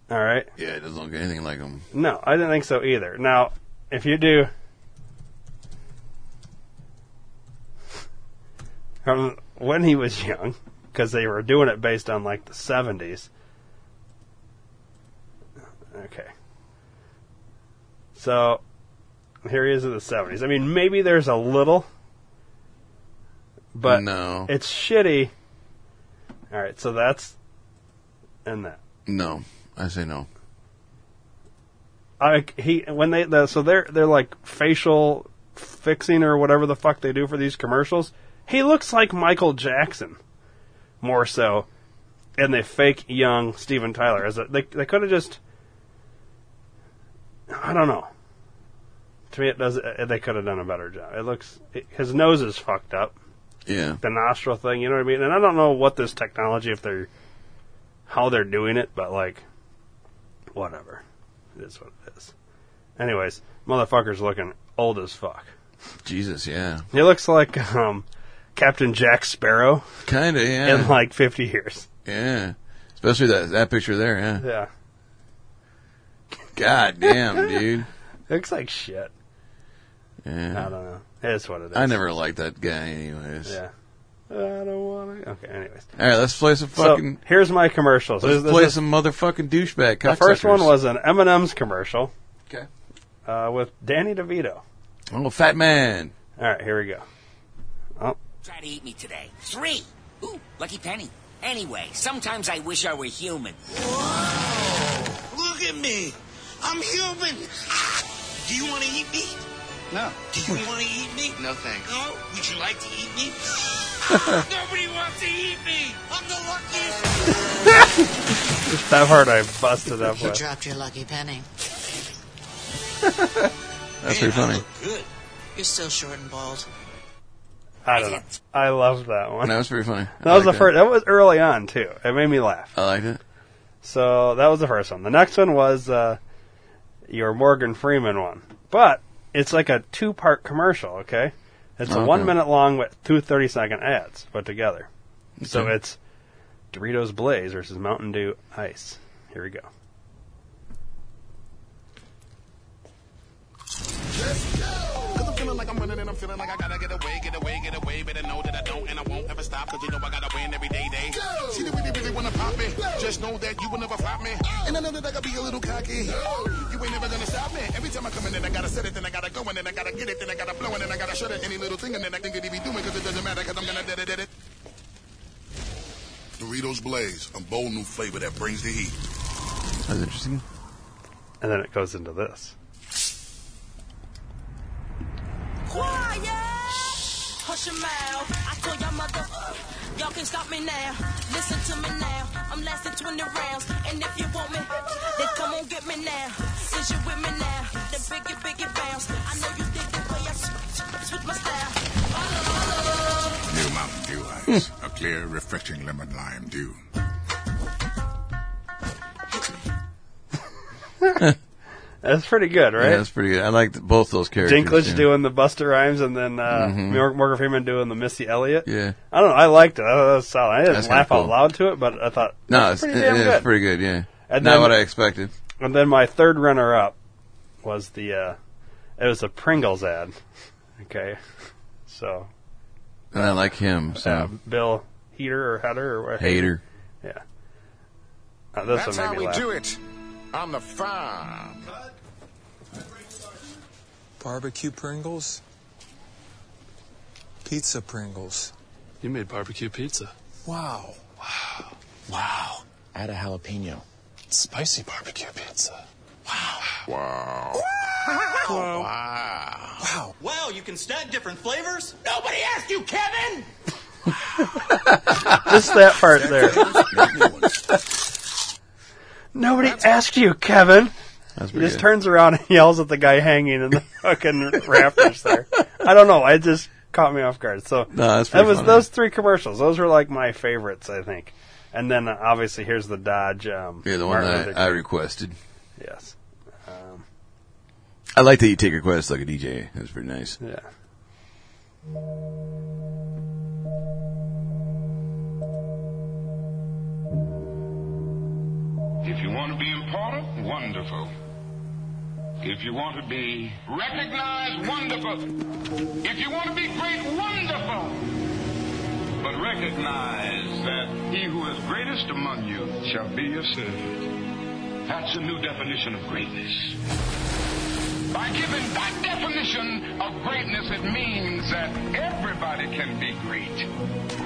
Speaker 2: All right.
Speaker 3: Yeah, it doesn't look anything like him.
Speaker 2: No, I didn't think so either. Now, if you do, Um, when he was young, because they were doing it based on like the seventies. Okay. So, here he is in the seventies. I mean, maybe there's a little, but
Speaker 3: no,
Speaker 2: it's shitty. All right, so that's and that.
Speaker 3: no, I say no.
Speaker 2: I he when they the, so they're they're like facial fixing or whatever the fuck they do for these commercials. He looks like Michael Jackson more so, and they fake young Steven Tyler as a, they they could have just I don't know. To me, it does. uh, They could have done a better job. It looks it, his nose is fucked up.
Speaker 3: Yeah,
Speaker 2: the nostril thing. You know what I mean? And I don't know what this technology, if they're how they're doing it, but like, whatever. It is what it is. Anyways, motherfucker's looking old as fuck.
Speaker 3: Jesus, yeah,
Speaker 2: He looks like um, Captain Jack Sparrow
Speaker 3: kind of, yeah,
Speaker 2: in like 50 years.
Speaker 3: yeah. Especially that that picture there, yeah.
Speaker 2: Yeah,
Speaker 3: God damn, dude.
Speaker 2: looks like shit. I
Speaker 3: Yeah.
Speaker 2: don't know. It's what it is.
Speaker 3: I never liked that guy, anyways.
Speaker 2: Yeah. I don't want to. Okay. Anyways,
Speaker 3: All right, let's play some fucking.
Speaker 2: so here's my commercials.
Speaker 3: let's
Speaker 2: This- this
Speaker 3: play
Speaker 2: is-
Speaker 3: some motherfucking douchebag.
Speaker 2: the first one
Speaker 3: cocksuckers.
Speaker 2: was an M&M's commercial
Speaker 3: okay.
Speaker 2: uh, with Danny DeVito.
Speaker 3: Oh, fat man.
Speaker 2: All right, here we go.
Speaker 5: Try to eat me today. Three. Ooh, lucky penny. Anyway, sometimes I wish I were human.
Speaker 4: Look at me. I'm human. Ah, Do you want to eat me?
Speaker 6: No.
Speaker 4: Do you want to eat me?
Speaker 6: No thanks.
Speaker 4: No? Would you like to eat me? Nobody wants to eat me. I'm the luckiest.
Speaker 2: That part I busted up
Speaker 6: You
Speaker 2: with.
Speaker 6: dropped your lucky penny.
Speaker 3: That's pretty funny.
Speaker 4: Good.
Speaker 6: You're still short and bald.
Speaker 2: I don't know. I love that one.
Speaker 3: That was pretty funny. I
Speaker 2: That was the
Speaker 3: liked
Speaker 2: first. That was early on too. It made me laugh.
Speaker 3: I liked it.
Speaker 2: So that was the first one. The next one was uh, your Morgan Freeman one, but it's like a two-part commercial. Okay, it's a
Speaker 3: Okay.
Speaker 2: one-minute long with two 30-second ads put together. So
Speaker 3: Okay.
Speaker 2: it's Doritos Blaze versus Mountain Dew Ice. Here we go.
Speaker 7: Cause I'm feeling like I'm running and I'm feeling like I gotta get away, get away, get away. Better know that I don't and I won't ever stop. Cause you know I gotta win every day, day. See the way they really wanna pop me. Just know that you will never flop me. And I know that I gotta be a little cocky. You ain't never gonna stop me. Every time I come in and I gotta set it, then I gotta go and then I gotta get it, then I gotta blow it, and I gotta shut it. Any little thing and then I think that he be doing cause it doesn't matter cause I'm gonna da da da da. Doritos Blaze, a bold new flavor that brings the heat.
Speaker 3: That was interesting.
Speaker 2: And then it goes into this.
Speaker 8: Shut your mouth. I call y'all mother. Y'all can stop me now. Listen to me now. I'm lasting 20 rounds. And if you want me, then come on get me now. Since you with me now, the biggie, biggie bounce. I know you dig the way I switch, switch my style.
Speaker 9: New Mountain Dew Ice. a clear, refreshing lemon lime dew.
Speaker 2: That's pretty good,
Speaker 3: Yeah,
Speaker 2: right?
Speaker 3: that's pretty good. I liked both those characters.
Speaker 2: Dinklage
Speaker 3: yeah. Mm-hmm.
Speaker 2: doing the Buster Rhymes, and then uh, Mor- Morgan Freeman doing the Missy Elliott.
Speaker 3: Yeah.
Speaker 2: I don't know. I liked it. I thought that was solid. I didn't
Speaker 3: That's kinda
Speaker 2: laugh out
Speaker 3: cool.
Speaker 2: loud to it, but I thought
Speaker 3: No,
Speaker 2: that's
Speaker 3: it's,
Speaker 2: pretty
Speaker 3: it-
Speaker 2: damn
Speaker 3: it's
Speaker 2: good.
Speaker 3: pretty good. Yeah,
Speaker 2: And
Speaker 3: not
Speaker 2: then-
Speaker 3: what I expected.
Speaker 2: And then my third runner-up was the. Uh, it was a Pringles ad. Okay, so
Speaker 3: And I like him. So
Speaker 2: uh, Bill Heater or Header or what?
Speaker 3: hater.
Speaker 2: Yeah. Uh, this one
Speaker 9: That's
Speaker 2: made
Speaker 9: how
Speaker 2: me
Speaker 9: we
Speaker 2: laugh.
Speaker 9: do it on the farm.
Speaker 10: Barbecue Pringles? Pizza Pringles.
Speaker 11: You made barbecue pizza.
Speaker 10: Wow.
Speaker 11: Wow. Add a jalapeno. Spicy barbecue pizza.
Speaker 9: Wow. Wow.
Speaker 4: Wow, you can stack different flavors? Nobody asked you, Kevin!
Speaker 2: Just that part there. Nobody asked you, Kevin.
Speaker 3: That's
Speaker 2: He
Speaker 3: pretty
Speaker 2: just
Speaker 3: good.
Speaker 2: turns around and yells at the guy hanging in the fucking rafters there. I don't know. It just caught me off guard. So
Speaker 3: No, that's
Speaker 2: that
Speaker 3: pretty
Speaker 2: was
Speaker 3: funny.
Speaker 2: those three commercials. Those were like my favorites, I think. And then uh, obviously here's the Dodge. Um,
Speaker 3: Yeah, the one
Speaker 2: Martin
Speaker 3: that
Speaker 2: Luther
Speaker 3: I, I
Speaker 2: King.
Speaker 3: requested.
Speaker 2: yes.
Speaker 3: I like that you take requests like a DJ. That's pretty nice.
Speaker 2: Yeah.
Speaker 9: If you want to be important, wonderful. If you want to be recognized, wonderful. If you want to be great, wonderful. But recognize that he who is greatest among you shall be your servant. That's a new definition of greatness. By giving that definition of greatness, it means that everybody can be great.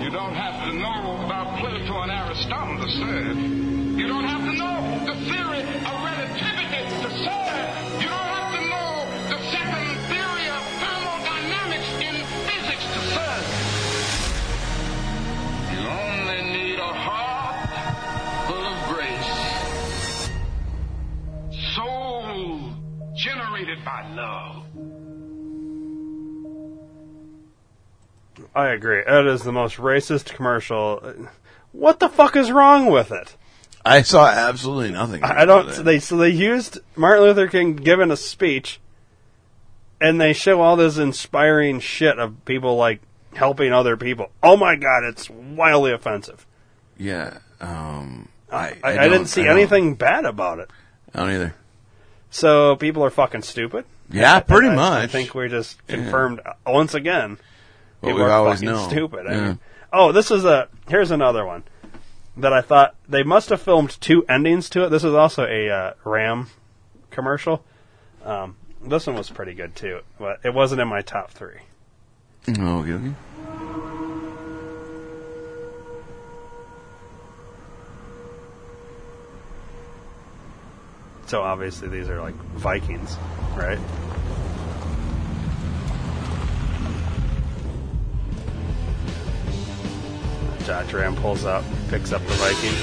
Speaker 9: You don't have to know about Plato and Aristotle to serve. You don't have to know the theory of relativity to serve. You don't have to know the second theory of thermodynamics in physics to serve. You only need a heart full of grace soul generated by love.
Speaker 2: I agree. It is the most racist commercial. What the fuck is wrong with it?
Speaker 3: I saw absolutely nothing.
Speaker 2: I I don't.
Speaker 3: about that.
Speaker 2: They so they used Martin Luther King giving a speech, and they show all this inspiring shit of people like helping other people. Oh my god, it's wildly offensive.
Speaker 3: Yeah. Um. I
Speaker 2: I, I,
Speaker 3: don't-
Speaker 2: didn't see
Speaker 3: don't-
Speaker 2: anything bad about it.
Speaker 3: I don't either.
Speaker 2: So people are fucking stupid.
Speaker 3: Yeah, pretty
Speaker 2: I- I
Speaker 3: much.
Speaker 2: think we just confirmed uh, once again.
Speaker 3: What
Speaker 2: people
Speaker 3: we've
Speaker 2: are
Speaker 3: always
Speaker 2: fucking
Speaker 3: known.
Speaker 2: stupid. I
Speaker 3: Yeah.
Speaker 2: mean, oh, this is a here's another one that I thought they must have filmed two endings to it. This is also a uh, Ram commercial. Um, this one was pretty good too, but it wasn't in my top three.
Speaker 3: Oh, okay, okay.
Speaker 2: So obviously these are like Vikings, right? Dodge Ram pulls up, picks up the Viking.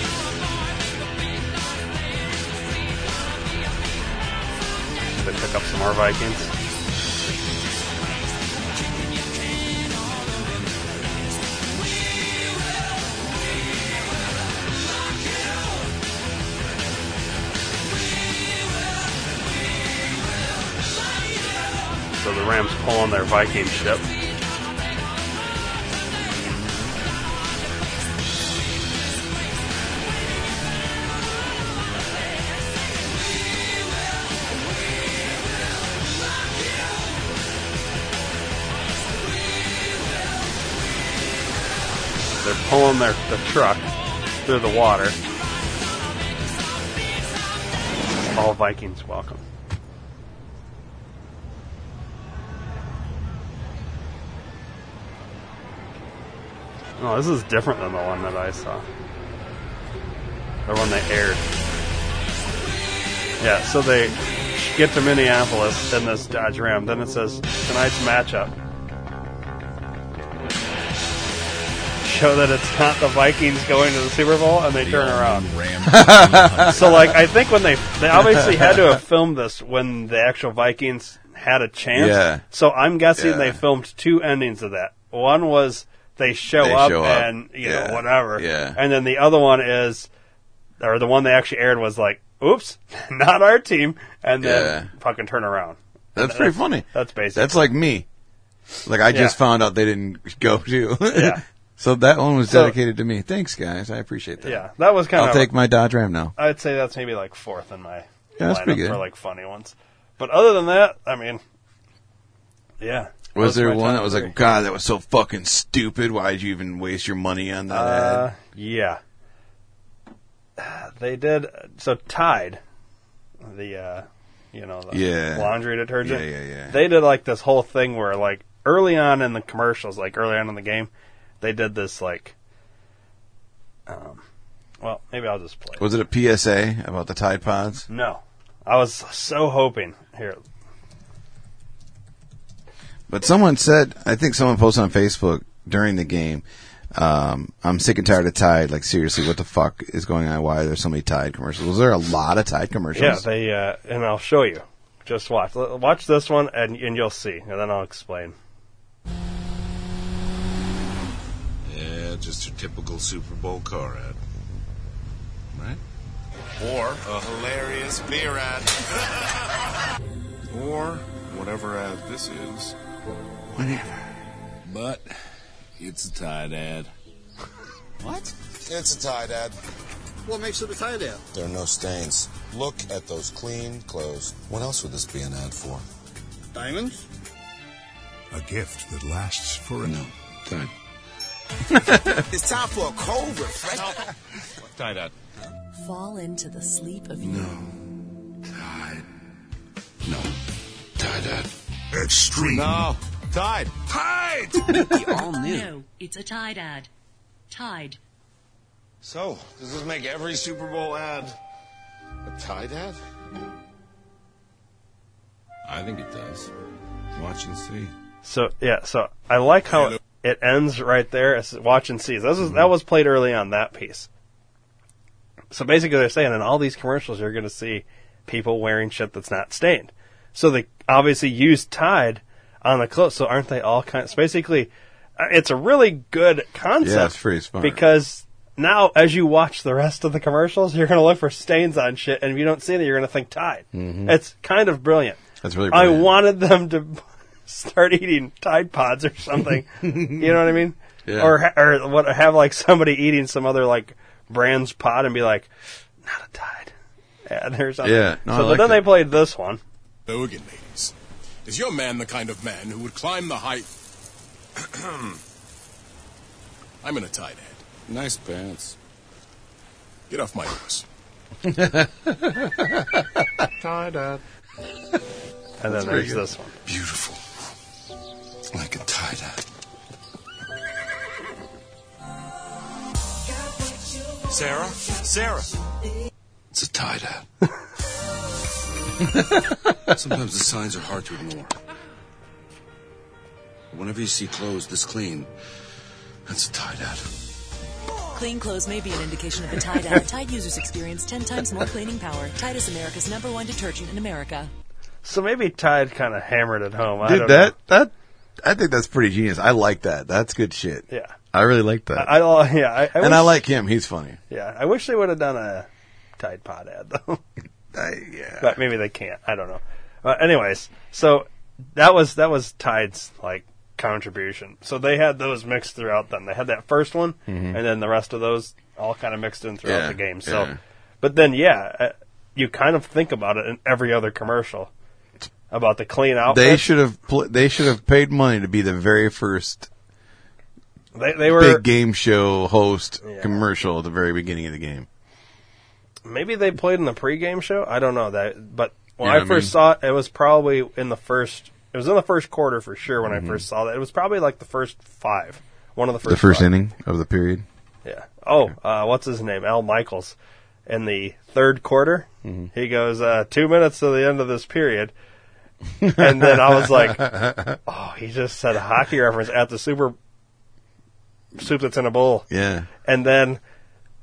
Speaker 2: They pick up some more Vikings. So the Rams pulling their Viking ship. They're pulling their the truck through the water. All Vikings welcome. Oh, this is different than the one that I saw. The one they aired. Yeah, so they get to Minneapolis in this Dodge Ram. Then it says tonight's matchup. show that it's not the Vikings going to the Super Bowl, and they turn around.
Speaker 3: Rams.
Speaker 2: so, like, I think when they they obviously had to have filmed this when the actual Vikings had a chance.
Speaker 3: Yeah.
Speaker 2: So I'm guessing
Speaker 3: Yeah.
Speaker 2: they filmed two endings of that. One was they show,
Speaker 3: They
Speaker 2: up,
Speaker 3: show up.
Speaker 2: and you
Speaker 3: Yeah.
Speaker 2: know whatever.
Speaker 3: Yeah.
Speaker 2: And then the other one is, or the one they actually aired was like, "Oops, not our team," and then fucking turn around.
Speaker 3: That's pretty funny.
Speaker 2: That's basic.
Speaker 3: That's like me. Like I just
Speaker 2: Yeah.
Speaker 3: found out they didn't go to.
Speaker 2: Yeah.
Speaker 3: So that one was
Speaker 2: So-
Speaker 3: dedicated to me. Thanks, guys. I appreciate that.
Speaker 2: Yeah, that was kind
Speaker 3: I'll
Speaker 2: of.
Speaker 3: take my Dodge Ram now.
Speaker 2: I'd say that's maybe like fourth in my
Speaker 3: Yeah, that's
Speaker 2: lineup
Speaker 3: pretty good.
Speaker 2: for like funny ones. But other than that, I mean, yeah.
Speaker 3: Was
Speaker 2: Those are
Speaker 3: there
Speaker 2: my
Speaker 3: one
Speaker 2: top
Speaker 3: that was
Speaker 2: three.
Speaker 3: like, God, that was so fucking stupid. Why'd you even waste your money on that?
Speaker 2: Uh,
Speaker 3: ad?
Speaker 2: yeah. They did so Tide, the uh, you know the
Speaker 3: Yeah.
Speaker 2: laundry detergent.
Speaker 3: Yeah, yeah, yeah.
Speaker 2: They did like this whole thing where like early on in the commercials, like early on in the game, they did this like. Um, well, maybe I'll just play.
Speaker 3: Was it a PSA about the Tide Pods?
Speaker 2: No, I was so hoping here.
Speaker 3: But someone said, I think someone posted on Facebook during the game, um, I'm sick and tired of Tide. Like, seriously, what the fuck is going on? Why are there so many Tide commercials? Was there a lot of Tide
Speaker 2: Yeah,
Speaker 3: commercials?
Speaker 2: they uh, and I'll show you. Just watch, L- watch this one, and and you'll see, and then I'll explain.
Speaker 12: Yeah, just your typical Super Bowl car ad. Right? Or a hilarious beer ad. or whatever ad this is. Whatever. But it's a Tide ad.
Speaker 13: What? It's a tie dad. What makes it a tie dad?
Speaker 12: There are no stains. Look at those clean clothes. What else would this be an ad for?
Speaker 13: Diamonds?
Speaker 12: A gift that lasts for a no. Tide.
Speaker 13: it's time for a cold refresh.
Speaker 12: Tide ad.
Speaker 14: Fall into the sleep of
Speaker 12: No. Tide. No. Tide ad. Extreme. No. Tide. Tide!
Speaker 14: the all new. No, it's a Tide ad. Tide.
Speaker 12: So, Oh, does this make every Super Bowl ad a Tide ad? I think it does. Watch and see.
Speaker 2: So yeah, so I like how it ends right there. It's watch and see. That was that was played early on that piece. So basically, they're saying in all these commercials, you're going to see people wearing shit that's not stained. So they obviously used Tide on the clothes. So aren't they all kind? so basically, uh, it's a really good concept.
Speaker 3: Yeah, it's pretty smart.
Speaker 2: because. Now, as you watch the rest of the commercials, you're going to look for stains on shit, and if you don't see them, you're going to think Tide.
Speaker 3: Mhm.
Speaker 2: It's kind of brilliant.
Speaker 3: That's really
Speaker 2: I
Speaker 3: brilliant.
Speaker 2: wanted them to start eating Tide Pods or something. you know what I mean?
Speaker 3: Yeah.
Speaker 2: Or ha- or what? Have like somebody eating some other like brand's pod and be like, not a Tide. Yeah, there's something.
Speaker 15: Yeah, no, I
Speaker 2: so but
Speaker 15: like
Speaker 2: then
Speaker 15: that.
Speaker 2: they played this one.
Speaker 15: Bogan, ladies. Is your man the kind of man who would climb the height? I'm in a tight head.
Speaker 11: Nice pants.
Speaker 15: Get off my horse.
Speaker 12: Tide ad.
Speaker 2: And then
Speaker 12: That's pretty
Speaker 2: there's
Speaker 12: good.
Speaker 2: this one.
Speaker 12: Beautiful. Like a tie dye.
Speaker 11: Sarah? Sarah!
Speaker 12: It's a tie dye. Sometimes the signs are hard to ignore. Whenever you see clothes this clean, that's a tie dye.
Speaker 14: Clean clothes may be an indication of a Tide ad. Tide users experience 10 times more cleaning power. Tide is America's number one detergent in America.
Speaker 2: So maybe Tide kind of hammered it home. I
Speaker 3: Dude,
Speaker 2: don't
Speaker 3: that, that, I think that's pretty genius. I like that. That's good shit.
Speaker 2: Yeah.
Speaker 3: I really like that.
Speaker 2: I- I- yeah, I- I
Speaker 3: and I
Speaker 2: wish-
Speaker 3: like him. He's funny.
Speaker 2: know. Yeah, I wish they would have done a Tide Pod ad though.
Speaker 3: yeah,
Speaker 2: but maybe they can't. I don't know. Uh, anyways, so that was that was Tide's like contribution. So they had those mixed throughout. Then they had that first one,
Speaker 11: Mhm.
Speaker 2: and then the rest of those all kind of mixed in throughout
Speaker 11: Yeah,
Speaker 2: the game. So,
Speaker 11: yeah.
Speaker 2: but then yeah, uh, you kind of think about it in every other commercial about the clean outfit.
Speaker 3: They should have, pl- they should have paid money to be the very first
Speaker 2: They, they were
Speaker 3: big game show host
Speaker 2: Yeah.
Speaker 3: commercial at the very beginning of the game.
Speaker 2: maybe they played in the pregame show. I don't know that, but when
Speaker 3: You know
Speaker 2: I
Speaker 3: what I
Speaker 2: first
Speaker 3: mean?
Speaker 2: saw it, it was probably in the first. It was in the first quarter for sure when
Speaker 3: Mhm.
Speaker 2: I first saw that. It was probably like the first five, one of the first.
Speaker 3: the first
Speaker 2: five.
Speaker 3: inning of the period.
Speaker 2: Yeah. Oh, uh, what's his name? Al Michaels. In the third quarter,
Speaker 3: Mhm.
Speaker 2: he goes uh, two minutes to the end of this period, and then I was like, "Oh, he just said a hockey reference at the Super soup that's in a bowl.
Speaker 3: Yeah.
Speaker 2: And then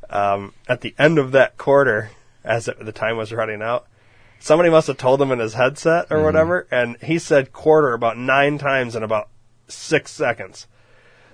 Speaker 2: um, at the end of that quarter, as it, the time was running out, somebody must have told him in his headset or
Speaker 3: Mhm.
Speaker 2: whatever, and he said quarter about nine times in about six seconds.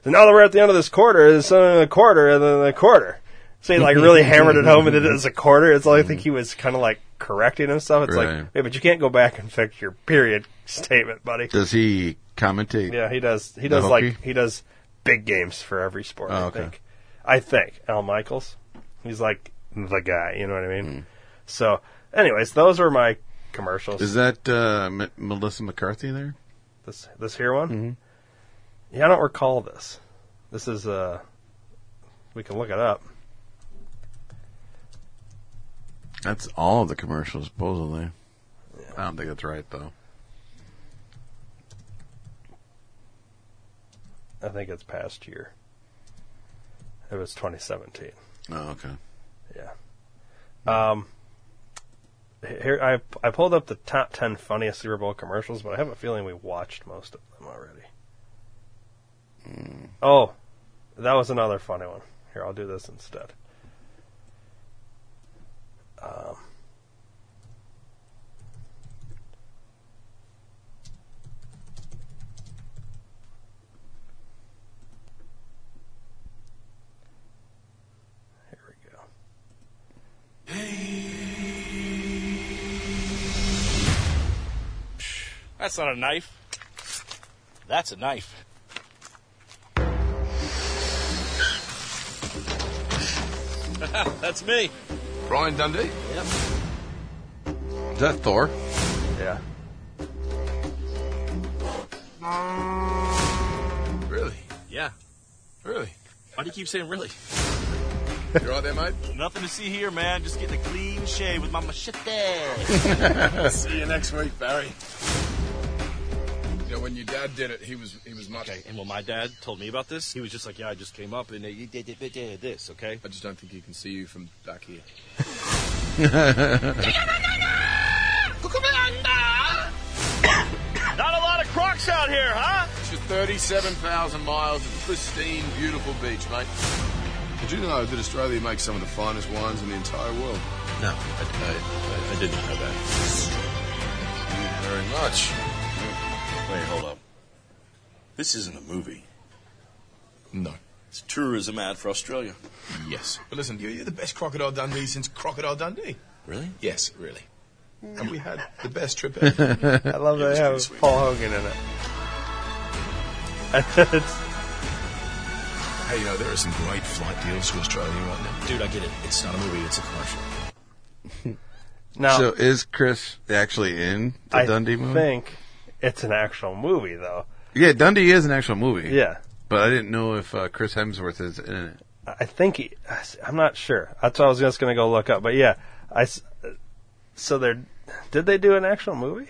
Speaker 2: So now that we're at the end of this quarter, it's uh, a quarter and then a quarter. So he like really hammered it home and did it as a quarter. It's like I think he was kind of like correcting himself. It's
Speaker 3: Right.
Speaker 2: like, hey, but you can't go back and fix your period statement, buddy.
Speaker 3: Does he commentate?
Speaker 2: Yeah, he does. He
Speaker 3: The
Speaker 2: does like
Speaker 3: Hokie?
Speaker 2: he does big games for every sport.
Speaker 3: Oh,
Speaker 2: I
Speaker 3: okay.
Speaker 2: think. I think Al Michaels. He's like the guy. You know what I mean?
Speaker 3: Mm.
Speaker 2: So, anyways, those were my commercials.
Speaker 3: Is that uh, M- Melissa McCarthy there?
Speaker 2: this this here one?
Speaker 3: Mm-hmm.
Speaker 2: Yeah, I don't recall this. This is uh, we can look it up.
Speaker 3: That's all of the commercials, supposedly. I don't think that's right, though.
Speaker 2: I think it's past year. It was 2017.
Speaker 3: Oh, okay.
Speaker 2: Yeah. Um. Here I I pulled up the top ten funniest Super Bowl commercials, but I have a feeling we watched most of them already. Oh, that was another funny one. Here, I'll do this instead. Um,
Speaker 16: That's not a knife. That's a knife. That's me.
Speaker 12: Brian Dundee?
Speaker 16: Yep.
Speaker 3: Is that Thor?
Speaker 2: Yeah.
Speaker 12: Really?
Speaker 16: Yeah.
Speaker 12: Really?
Speaker 16: Why do you keep saying really?
Speaker 12: You're all there, mate?
Speaker 11: Nothing to see here, man. Just getting a clean shave with my machete.
Speaker 12: See you next week, Barry. Yeah, when your dad did it, he was he was much.
Speaker 16: And when my dad told me about this, he was just like, "Yeah, I just came up and you did this, okay?"
Speaker 12: I just don't think you can see you from back here.
Speaker 11: Not a lot of crocs out here, huh?
Speaker 12: It's your 37,000 miles of pristine, beautiful beach, mate. Did you know that Australia makes some of the finest wines in the entire world?
Speaker 16: No, I, I, I didn't know that.
Speaker 12: Thank you very much.
Speaker 16: Wait, hold up. This isn't a movie. No. It's a tourism ad for Australia.
Speaker 12: Yes. But listen, you're you're the best Crocodile Dundee since Crocodile Dundee.
Speaker 16: Really?
Speaker 12: Yes, really. And we had the best trip
Speaker 2: I
Speaker 12: ever.
Speaker 2: love that they have Paul Hogan in it. It's-
Speaker 12: Hey, you know, there are some great flight deals to Australia right now.
Speaker 16: Dude, I get it. It's not a movie, it's a commercial.
Speaker 2: now,
Speaker 3: so is Chris actually in the
Speaker 2: I
Speaker 3: Dundee movie?
Speaker 2: think it's an actual movie, though.
Speaker 3: Yeah, Dundee is an actual movie.
Speaker 2: Yeah.
Speaker 3: But I didn't know if uh, Chris Hemsworth is in it.
Speaker 2: I think he, I'm not sure. That's what I was just going to go look up. But yeah, I s- so they are did they do an actual movie?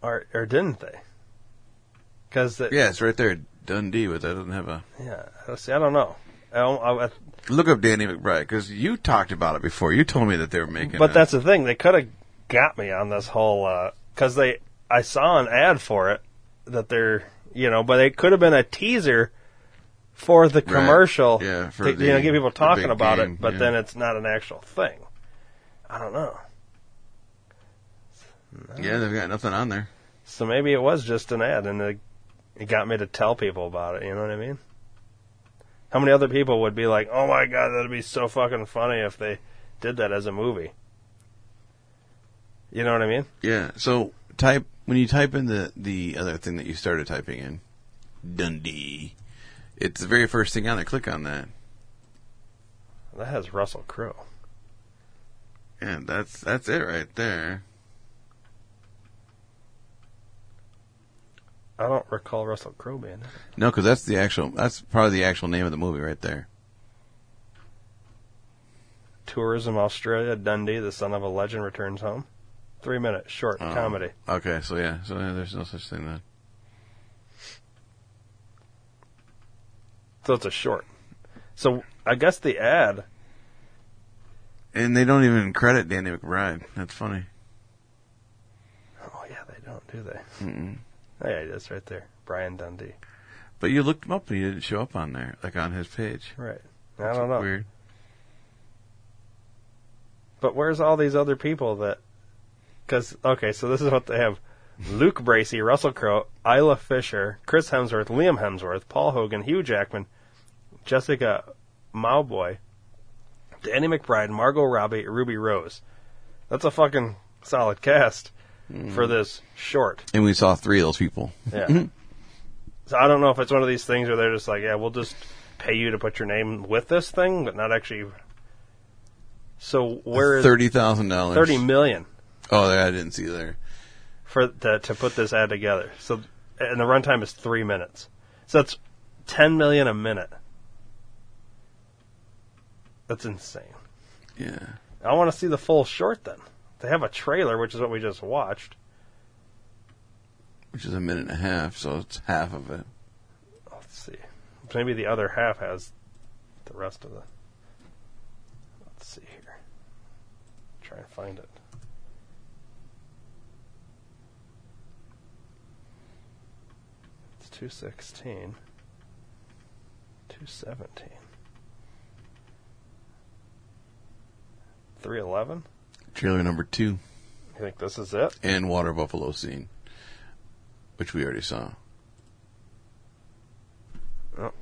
Speaker 2: Or or didn't they? Cuz
Speaker 3: yeah, it's right there, Dundee, but that doesn't have a.
Speaker 2: yeah, see I don't know. I don't, I,
Speaker 3: Look up Danny McBride because you talked about it before. You told me that they were making.
Speaker 2: But
Speaker 3: a-
Speaker 2: that's the thing. They could have got me on this whole because they. I saw an ad for it that they're you know, but it could have been a teaser for the commercial.
Speaker 3: Yeah, for
Speaker 2: to,
Speaker 3: the-
Speaker 2: you know, get
Speaker 3: the
Speaker 2: people
Speaker 3: big
Speaker 2: talking about
Speaker 3: game,
Speaker 2: it, but
Speaker 3: yeah.
Speaker 2: then it's not an actual thing. I don't know.
Speaker 3: yeah, they've got nothing on there.
Speaker 2: So maybe it was just an ad, and it, it got me to tell people about it. You know what I mean? How many other people would be like, "Oh my god, that'd be so fucking funny if they did that as a movie." You know what I mean?
Speaker 3: Yeah. So type when you type in the the other thing that you started typing in, Dundee. It's the very first thing on there. Click on that.
Speaker 2: That has Russell Crowe.
Speaker 3: Yeah, that's that's it right there.
Speaker 2: I don't recall Russell Crowe being. in it.
Speaker 3: No, because that's the actual. That's probably the actual name of the movie right there.
Speaker 2: Tourism Australia, Dundee, the son of a legend returns home. Three minutes, short
Speaker 3: Oh,
Speaker 2: comedy.
Speaker 3: Okay, so yeah, so yeah, there's no such thing then.
Speaker 2: So it's a short. So I guess the ad.
Speaker 3: And they don't even credit Danny McBride. That's funny.
Speaker 2: Oh yeah, they don't, do they?
Speaker 3: Mm-mm.
Speaker 2: Oh, yeah, that's right there. Brian Dundee.
Speaker 3: But you looked him up, and he didn't show up on there, like on his page.
Speaker 2: Right. I
Speaker 3: That's
Speaker 2: don't know.
Speaker 3: Weird.
Speaker 2: But where's all these other people that? Because okay, so this is what they have: Luke Bracey, Russell Crowe, Isla Fisher, Chris Hemsworth, Liam Hemsworth, Paul Hogan, Hugh Jackman, Jessica Mowboy, Danny McBride, Margot Robbie, Ruby Rose. That's a fucking solid cast for this short.
Speaker 3: And we saw three of those people.
Speaker 2: Yeah. so I don't know if it's one of these things where they're just like, yeah, we'll just pay you to put your name with this thing, but not actually. So where is
Speaker 3: Thirty thousand dollars.
Speaker 2: Thirty million
Speaker 3: Oh, there, I didn't see there.
Speaker 2: for to, to put this ad together. So and the runtime is three minutes. So that's ten million a minute. That's insane.
Speaker 3: Yeah.
Speaker 2: I want to see the full short then. They have a trailer, which is what we just watched.
Speaker 3: Which is a minute and a half, so it's half of it.
Speaker 2: Let's see. Maybe the other half has the rest of the. Let's see here. Try and find it. It's 216. 217. 311?
Speaker 3: Trailer number two
Speaker 2: You think this is it?
Speaker 3: and water buffalo scene, which we already saw.
Speaker 2: No.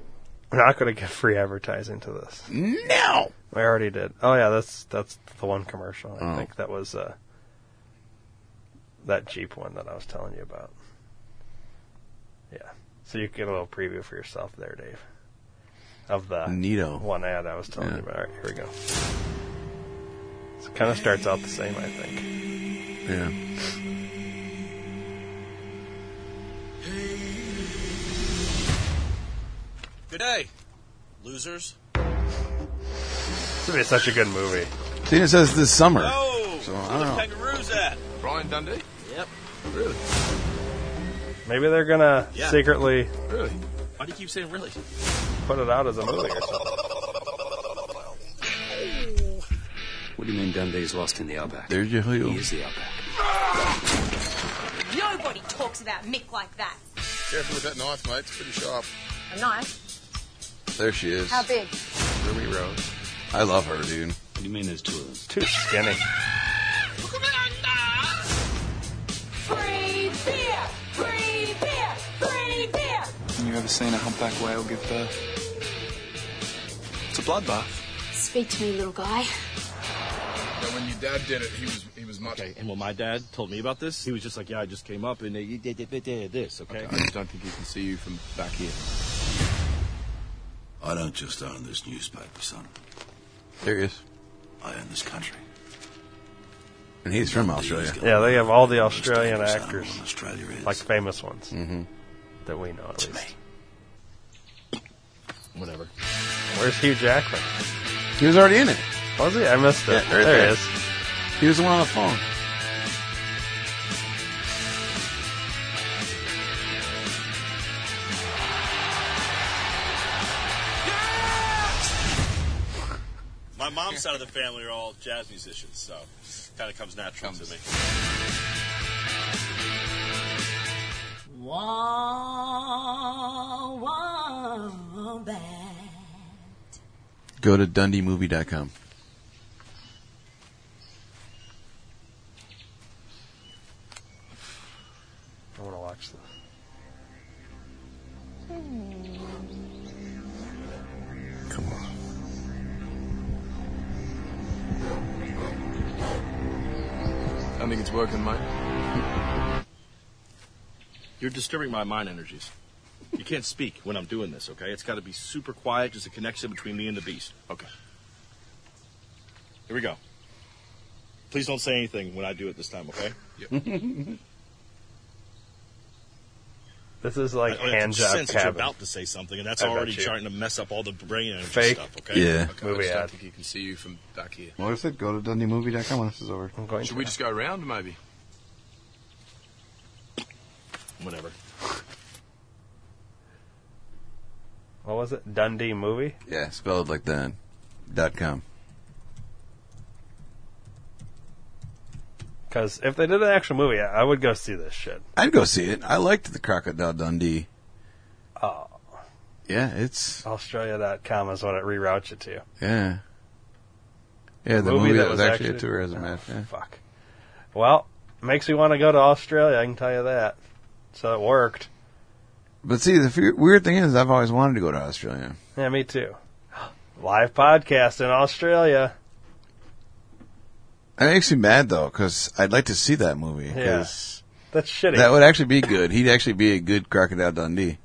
Speaker 2: We're not going to give free advertising to this.
Speaker 3: No.
Speaker 2: We already did. Oh yeah, that's that's the one commercial. I
Speaker 3: Oh.
Speaker 2: think that was uh, that Jeep one that I was telling you about. Yeah. So you get a little preview for yourself there, Dave, of the
Speaker 3: Neato.
Speaker 2: one ad I was telling you about. All right, here we go. So it kind of starts out the same, I think.
Speaker 3: Yeah.
Speaker 16: Good day, losers.
Speaker 2: This would be such a good movie.
Speaker 3: Tina says this summer.
Speaker 16: Oh,
Speaker 3: so
Speaker 16: where
Speaker 3: I
Speaker 16: the
Speaker 3: don't know.
Speaker 16: kangaroos at?
Speaker 12: Brian Dundee?
Speaker 16: Yep.
Speaker 12: Really?
Speaker 2: Maybe they're gonna
Speaker 16: Yeah.
Speaker 2: secretly
Speaker 12: Really?
Speaker 16: Why do you keep saying really?
Speaker 2: put it out as a movie or something.
Speaker 17: What do you mean Dundee's lost in the outback?
Speaker 3: There's your heel.
Speaker 17: He is the outback.
Speaker 18: Nobody talks about Mick like that.
Speaker 12: Careful with that knife, mate. It's pretty sharp.
Speaker 18: A knife?
Speaker 3: There she is.
Speaker 18: How big?
Speaker 12: Ruby Rose.
Speaker 3: I love her, dude. What
Speaker 17: do you mean there's two of them?
Speaker 2: Too skinny.
Speaker 4: Free beer! Free beer! Free beer!
Speaker 10: You ever seen a humpback whale give birth? It's a bloodbath.
Speaker 18: Speak to me, little guy.
Speaker 12: Now, when your dad did it, he was he was much.
Speaker 19: And when my dad told me about this, he was just like, "Yeah, I just came up and they did this." Okay.
Speaker 12: I just don't think he can see you from back here.
Speaker 17: I don't just own this newspaper, son.
Speaker 3: There he is.
Speaker 17: I own this country.
Speaker 3: And he's from Australia.
Speaker 2: Yeah, they have all the Australian actors,
Speaker 17: Australia is.
Speaker 2: like famous ones
Speaker 3: Mm-hmm.
Speaker 2: that we know at least.
Speaker 19: Whatever.
Speaker 2: Where's Hugh Jackman?
Speaker 3: He was already in it.
Speaker 2: Was he? I missed it.
Speaker 3: Yeah, right
Speaker 2: there
Speaker 3: there.
Speaker 2: he is.
Speaker 3: He was the one on the phone.
Speaker 16: My mom's side of the family are all jazz musicians, so kind of comes natural to me.
Speaker 4: Wah, wah, bad.
Speaker 3: Go to DundeeMovie.com.
Speaker 2: I want to watch this.
Speaker 3: Come on.
Speaker 10: I think it's working, mate.
Speaker 19: You're disturbing my mind energies. You can't speak when I'm doing this, okay? It's got to be super quiet, just a connection between me and the beast. Okay. Here we go. Please don't say anything when I do it this time, okay?
Speaker 2: This is like
Speaker 19: I, I
Speaker 2: hand
Speaker 19: can
Speaker 2: job
Speaker 19: sense that Oh, you're
Speaker 2: cabin.
Speaker 19: about to say something, and that's
Speaker 2: I bet
Speaker 19: already
Speaker 2: you.
Speaker 19: starting to mess up all the brain energy
Speaker 2: Fake.
Speaker 19: stuff, okay?
Speaker 3: Yeah.
Speaker 12: Okay, I
Speaker 2: Movie
Speaker 12: just don't
Speaker 2: ad.
Speaker 12: think he can see you from back here.
Speaker 3: Well, I said go to DundeeMovie.com when this is over.
Speaker 2: I'm going
Speaker 12: Should we just go around, maybe?
Speaker 19: Whatever.
Speaker 2: What was it? Dundee movie?
Speaker 3: Yeah, spelled like that. Dot com.
Speaker 2: Because if they did an actual movie, I I would go see this shit.
Speaker 3: I'd go see it. I liked the Crocodile Dundee.
Speaker 2: Oh,
Speaker 3: Yeah, it's
Speaker 2: Australia.com is what it reroutes you to.
Speaker 3: yeah, yeah. The, movie, that was, actually, a tour, as a matter of fact.
Speaker 2: Fuck. Well, makes me want to go to Australia. I can tell you that. So it worked.
Speaker 3: But see, the fe- weird thing is, I've always wanted to go to Australia.
Speaker 2: Yeah, me too. Live podcast in Australia.
Speaker 3: It makes me mad though, because I'd like to see that movie.
Speaker 2: Yeah.
Speaker 3: 'cause
Speaker 2: That's shitty.
Speaker 3: That would actually be good. He'd actually be a good Crocodile Dundee.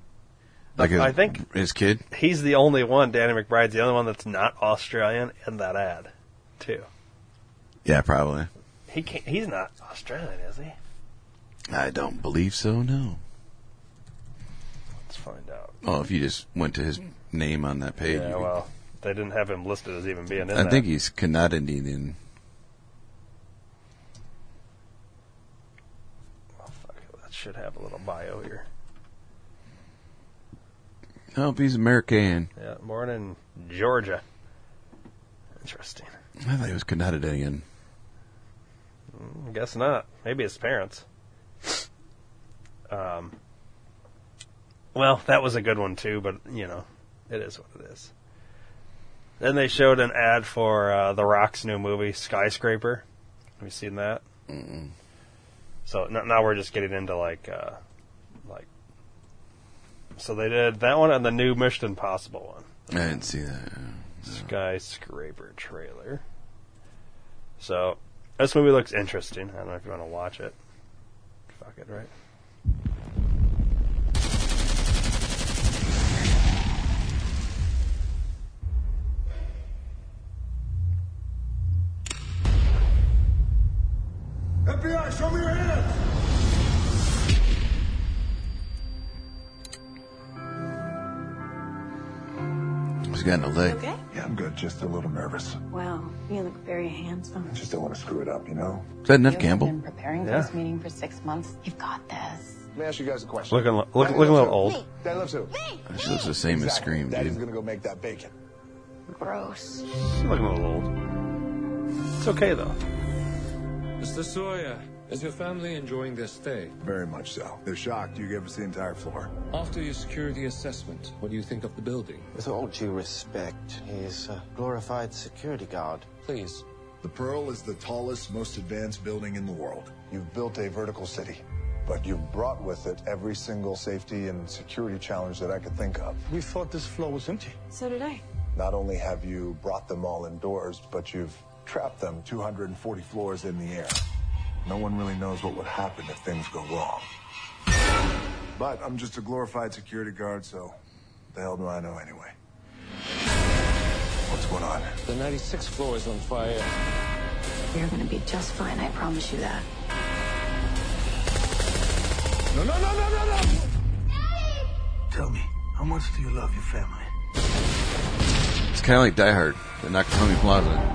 Speaker 3: Like his,
Speaker 2: I think-
Speaker 3: his kid.
Speaker 2: He's the only one. Danny McBride's the only one that's not Australian in that ad, too.
Speaker 3: Yeah, probably.
Speaker 2: He can't, he's not Australian, is he?
Speaker 3: I don't believe so. No.
Speaker 2: Let's find out.
Speaker 3: Oh, if you just went to his name on that page, you
Speaker 2: yeah,
Speaker 3: could-
Speaker 2: well, they didn't have him listed as even being in
Speaker 3: I
Speaker 2: that.
Speaker 3: think he's Canadian Indian.
Speaker 2: that should have a little bio here.
Speaker 3: Nope, Oh, he's American.
Speaker 2: Yeah, born in Georgia. Interesting.
Speaker 3: I thought he was Canadian.
Speaker 2: Mm, Guess not. Maybe his parents. Um, well, that was a good one too, but you know, it is what it is. Then they showed an ad for uh, The Rock's new movie, Skyscraper. Have you seen that?
Speaker 3: Mm-mm.
Speaker 2: So n- now we're just getting into like, uh, like. So they did that one and the new Mission Impossible one.
Speaker 3: I didn't see that.
Speaker 2: Skyscraper trailer. So this movie looks interesting. I don't know if you want to watch it. Fuck it, right?
Speaker 4: FBI, show me your hands!
Speaker 3: He's got no leg.
Speaker 20: Okay.
Speaker 21: Yeah, I'm good. Just a little nervous.
Speaker 20: Wow, you look very handsome.
Speaker 21: Just don't want to screw it up, you know?
Speaker 3: Is that enough,
Speaker 20: You've
Speaker 3: Campbell?
Speaker 20: Been preparing for
Speaker 3: Yeah.
Speaker 20: this meeting for six months. You've got this.
Speaker 21: Let me ask you guys a question.
Speaker 3: Looking- look- looking a little old.
Speaker 21: Daddy loves who? Me.
Speaker 3: She looks the same as Scream,
Speaker 21: Daddy's
Speaker 3: dude.
Speaker 21: gonna go make that bacon.
Speaker 20: Gross.
Speaker 2: Looking a little old. It's okay though.
Speaker 22: Mr. Sawyer, is your family enjoying their stay?
Speaker 21: Very much so. They're shocked. You gave us the entire floor.
Speaker 22: After your security assessment, what do you think of the building?
Speaker 23: With all due respect, he is a glorified security guard.
Speaker 22: Please.
Speaker 21: The Pearl is the tallest, most advanced building in the world. You've built a vertical city, but you've brought with it every single safety and security challenge that I could think of.
Speaker 23: We thought this floor was empty.
Speaker 20: So did I.
Speaker 21: Not only have you brought them all indoors, but you've trapped them 240 floors in the air. No one really knows what would happen if things go wrong. But I'm just a glorified security guard, so the hell do I know anyway? What's going on?
Speaker 23: The 96th floor is on fire.
Speaker 20: You're gonna be just fine, I promise you that.
Speaker 21: No, no, no, no, no, no!
Speaker 24: Tell me, how much do you love your family?
Speaker 3: It's kind of like Die Hard, the Nakatomi Plaza.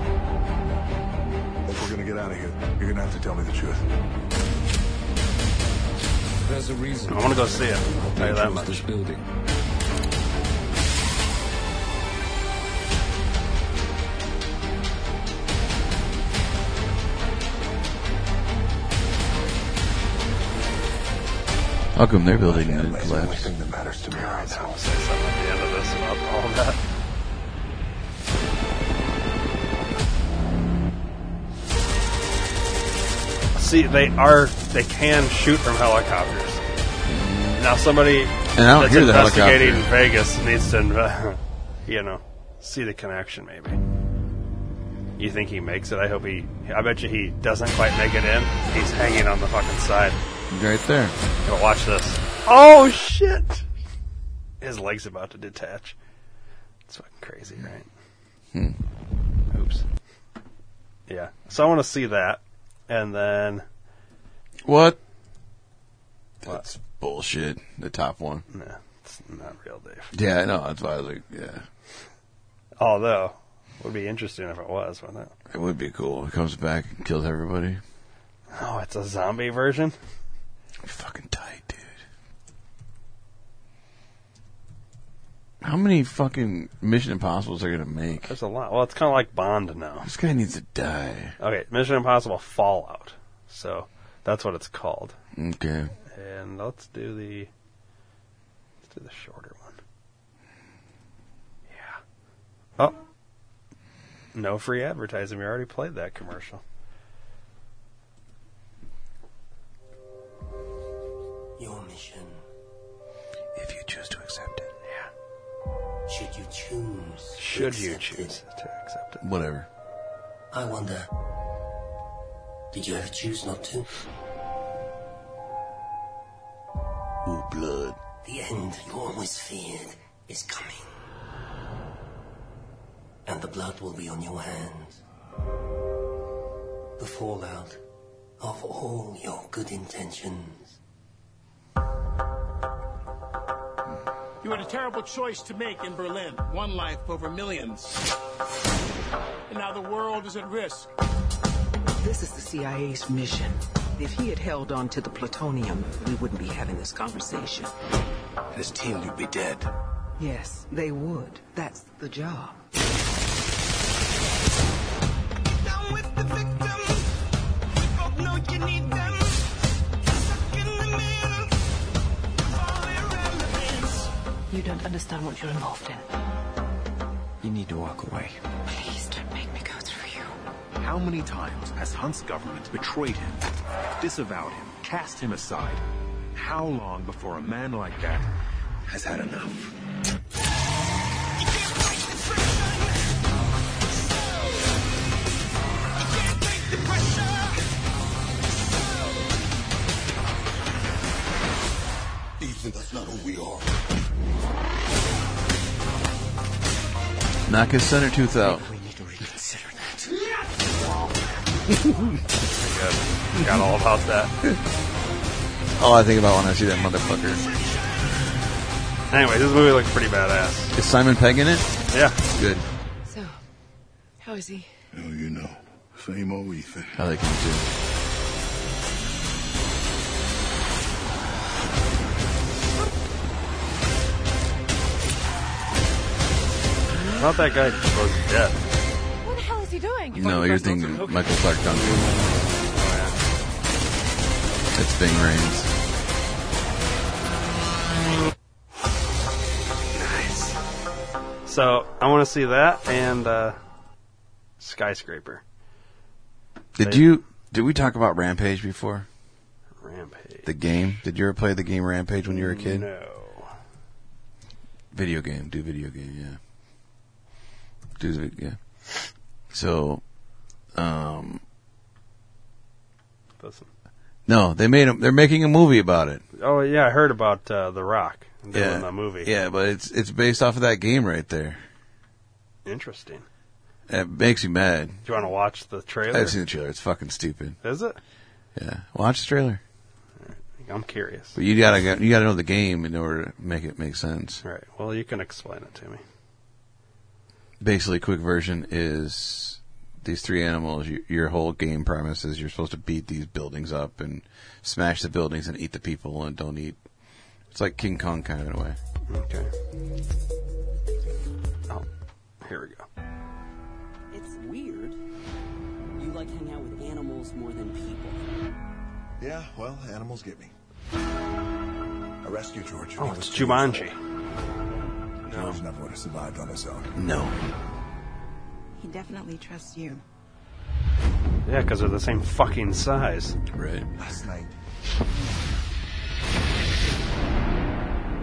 Speaker 21: If we're gonna get out of here, you're gonna have to tell me the truth.
Speaker 22: There's a reason.
Speaker 21: I wanna go see it. I'll tell you that
Speaker 22: They chose
Speaker 21: much.
Speaker 22: This building.
Speaker 3: How come their building didn't
Speaker 21: It's the only
Speaker 3: collapse?
Speaker 21: thing that matters to me right now.
Speaker 2: Say something at the end of this about all that. See, they are they can shoot from helicopters. Now somebody
Speaker 3: And I don't
Speaker 2: that's
Speaker 3: hear the
Speaker 2: investigating
Speaker 3: helicopter.
Speaker 2: Vegas needs to, inve- you know, see the connection maybe. You think he makes it? I hope he. I bet you he doesn't quite make it in. He's hanging on the fucking side.
Speaker 3: Right there.
Speaker 2: Gotta watch this. Oh shit! His leg's about to detach. It's fucking crazy, right?
Speaker 3: Hmm.
Speaker 2: Oops. Yeah. So I want to see that, and then
Speaker 3: What? That's bullshit. The top one.
Speaker 2: Nah, it's not real, Dave.
Speaker 3: Yeah, I know. That's why I was like, yeah,
Speaker 2: Although, would be interesting if it was, wouldn't it?
Speaker 3: it would be cool. He comes back and kills everybody.
Speaker 2: Oh, it's a zombie version.
Speaker 3: Fucking tight, dude. How many fucking Mission Impossibles are gonna make?
Speaker 2: There's a lot. Well, it's kind of like Bond now.
Speaker 3: This guy needs to die.
Speaker 2: Okay, Mission Impossible Fallout. So that's what it's called.
Speaker 3: Okay.
Speaker 2: And let's do the let's do the shorter one. Yeah. Oh. No free advertising. We already played that commercial.
Speaker 12: Your mission,
Speaker 3: If you choose to accept it.
Speaker 12: should you choose. to
Speaker 2: Should you
Speaker 12: accept
Speaker 2: choose
Speaker 12: it,
Speaker 2: to accept it?
Speaker 3: Whatever.
Speaker 12: I wonder. Did you ever choose not to?
Speaker 25: Ooh, blood.
Speaker 12: The end you always feared is coming. And the blood will be on your hands. The fallout of all your good intentions.
Speaker 26: You had a terrible choice to make in Berlin. One life over millions. And now the world is at risk.
Speaker 27: This is the CIA's mission. If he had held on to the plutonium, we wouldn't be having this conversation.
Speaker 16: This team would be dead.
Speaker 27: Yes, they would. That's the job.
Speaker 28: You don't understand what you're involved in.
Speaker 16: You need to walk away.
Speaker 28: Please don't make me go through you.
Speaker 16: How many times has Hunt's government betrayed him, disavowed him, cast him aside? How long before a man like that has had enough?
Speaker 21: Ethan, that's not who we are.
Speaker 3: Knock his center tooth out.
Speaker 2: Got all about that.
Speaker 3: All Oh, I think about when I see that motherfucker.
Speaker 2: anyway, this movie looks pretty badass.
Speaker 3: Is Simon Pegg in it?
Speaker 2: Yeah.
Speaker 3: Good.
Speaker 28: So, how is he?
Speaker 25: Oh, you know. Same old Ethan.
Speaker 3: I like him too.
Speaker 2: I thought that guy was dead.
Speaker 29: What the hell is he doing?
Speaker 3: No, you're thinking Michael Clark Duncan. It's Bing Rains.
Speaker 2: So I want to see that and uh, skyscraper
Speaker 3: Did you? Did we talk about Rampage before?
Speaker 2: rampage.
Speaker 3: The game? Did you ever play the game Rampage when you were a kid?
Speaker 2: No.
Speaker 3: Video game. Do video game. Yeah. Do the yeah. So, um,
Speaker 2: That's-
Speaker 3: no, they made 'em- They're making a movie about it.
Speaker 2: Oh yeah, I heard about uh, The Rock doing
Speaker 3: yeah.
Speaker 2: the movie.
Speaker 3: Yeah, but it's it's based off of that game right there.
Speaker 2: Interesting.
Speaker 3: It makes you mad.
Speaker 2: Do you want to watch the trailer?
Speaker 3: I've seen the trailer. It's fucking stupid.
Speaker 2: Is it?
Speaker 3: Yeah, watch the trailer.
Speaker 2: I'm curious.
Speaker 3: But you gotta go- you gotta know the game in order to make it make sense.
Speaker 2: All right. Well, you can explain it to me.
Speaker 3: Basically, quick version is these three animals. You, your whole game premise is you're supposed to beat these buildings up and smash the buildings and eat the people and don't eat. It's like King Kong kind of in a way.
Speaker 2: Okay. Oh, here we go.
Speaker 30: It's weird. You like hang out with animals more than people.
Speaker 21: Yeah, well, animals get me. I rescued George.
Speaker 2: Oh, it's Jumanji.
Speaker 21: George never would have survived on his own.
Speaker 3: No.
Speaker 9: He definitely trusts you.
Speaker 2: Yeah, because they're the same fucking size.
Speaker 3: Right.
Speaker 21: Last night,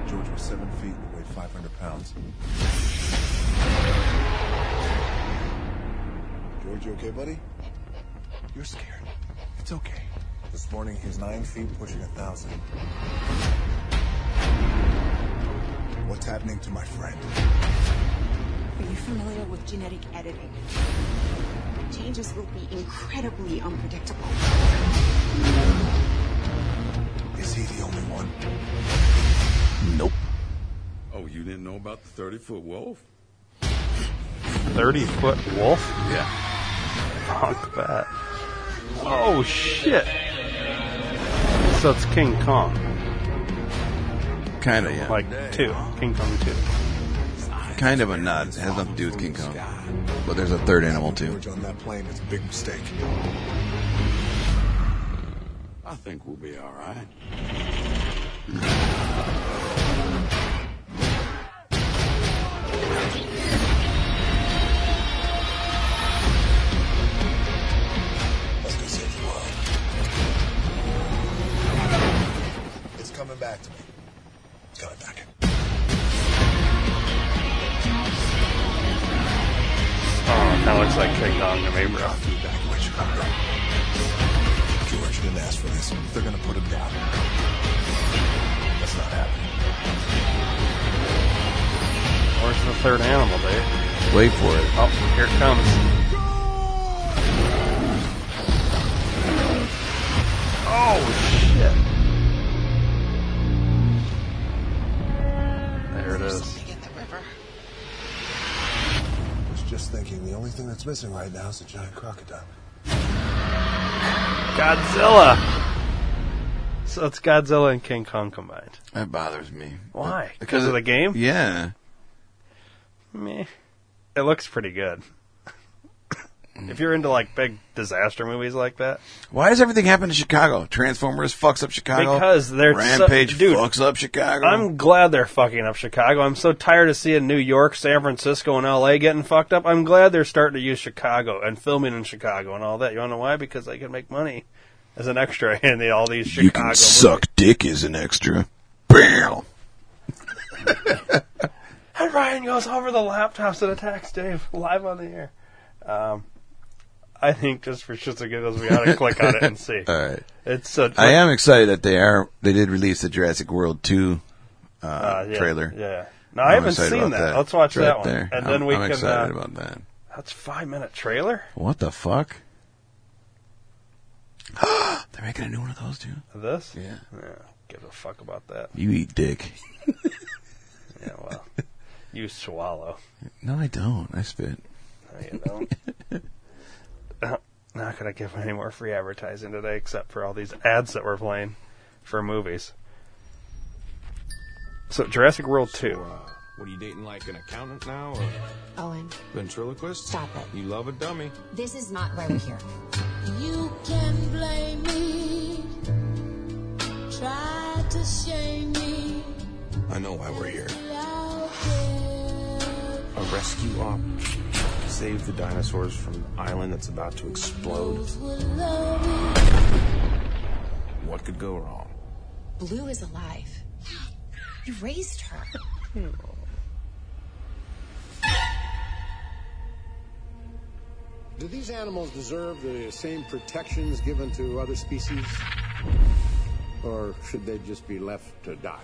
Speaker 21: George was seven feet and weighed 500 pounds. George, you okay, buddy? You're scared. It's okay. This morning, he's nine feet, pushing a thousand. What's happening to my friend?
Speaker 9: Are you familiar with genetic editing? Changes will be incredibly unpredictable.
Speaker 21: Is he the only one?
Speaker 3: Nope.
Speaker 25: Oh, you didn't know about the 30 foot wolf?
Speaker 2: 30 foot wolf?
Speaker 3: Yeah.
Speaker 2: Fuck that. Oh shit. So it's King Kong.
Speaker 3: Kinda, yeah.
Speaker 2: Like two. King Kong two.
Speaker 3: Kind of, but not. It has nothing to do with King Kong. But there's a third animal too.
Speaker 21: George on that plane is a big mistake.
Speaker 17: I think we'll be all right.
Speaker 21: Let's go save the world. It's coming back to me. It's coming back.
Speaker 2: that looks like King Dong to me, bro.
Speaker 21: George didn't ask for this. They're gonna put him down. That's not happening.
Speaker 2: Where's the third animal, dude?
Speaker 3: Wait for it.
Speaker 2: Oh, here it comes. Oh, shit. There it is.
Speaker 21: in the river. I was just thinking the only thing that's missing right now is a giant crocodile.
Speaker 2: Godzilla! So it's Godzilla and King Kong combined.
Speaker 3: That bothers me.
Speaker 2: Why? Because of the game?
Speaker 3: Yeah.
Speaker 2: Meh. It looks pretty good. if you're into like big disaster movies like that,
Speaker 3: Why does everything happen in Chicago? Transformers fucks up Chicago.
Speaker 2: because they're so-
Speaker 3: Rampage
Speaker 2: dude,
Speaker 3: fucks up Chicago.
Speaker 2: I'm glad they're fucking up Chicago. I'm so tired of seeing New York, San Francisco, and L.A. getting fucked up. I'm glad they're starting to use Chicago and filming in Chicago and all that. You wanna know why? Because they can make money as an extra in the, all these Chicago.
Speaker 3: you can suck dick as an extra. Bam.
Speaker 2: And Ryan goes over the laptops and attacks Dave live on the air. Um, I think just for shits and giggles, we ought to click on it and see.
Speaker 3: All right.
Speaker 2: It's a,
Speaker 3: I am excited that they are. They did release the Jurassic World two uh,
Speaker 2: Uh, yeah,
Speaker 3: trailer.
Speaker 2: yeah. No, I haven't
Speaker 3: excited
Speaker 2: seen
Speaker 3: about
Speaker 2: that. Let's watch
Speaker 3: It's right
Speaker 2: that one.
Speaker 3: there.
Speaker 2: And
Speaker 3: I'm-
Speaker 2: then we
Speaker 3: I'm
Speaker 2: can,
Speaker 3: excited
Speaker 2: uh,
Speaker 3: about that.
Speaker 2: That's five minute trailer.
Speaker 3: What the fuck? They're making a new one of those too.
Speaker 2: This?
Speaker 3: Yeah.
Speaker 2: Give a fuck about that.
Speaker 3: You eat dick.
Speaker 2: Yeah. Well, you swallow.
Speaker 3: No, I don't. I spit.
Speaker 2: No, you don't. Uh, Not gonna give any more free advertising today, except for all these ads that we're playing for movies. So Jurassic World two.
Speaker 10: uh, What are you dating like an accountant now? Or
Speaker 8: Owen,
Speaker 10: ventriloquist?
Speaker 8: Stop it.
Speaker 10: You love a dummy.
Speaker 8: this is not why we're here.
Speaker 9: You can blame me, try to shame me.
Speaker 13: I know why we're here.
Speaker 9: Out
Speaker 10: A
Speaker 9: there.
Speaker 10: rescue op. Save the dinosaurs from an island that's about to explode.
Speaker 9: Those who love
Speaker 10: What could go wrong?
Speaker 8: Blue is alive. You raised her.
Speaker 11: Do these animals deserve the same protections given to other species? Or should they just be left to die?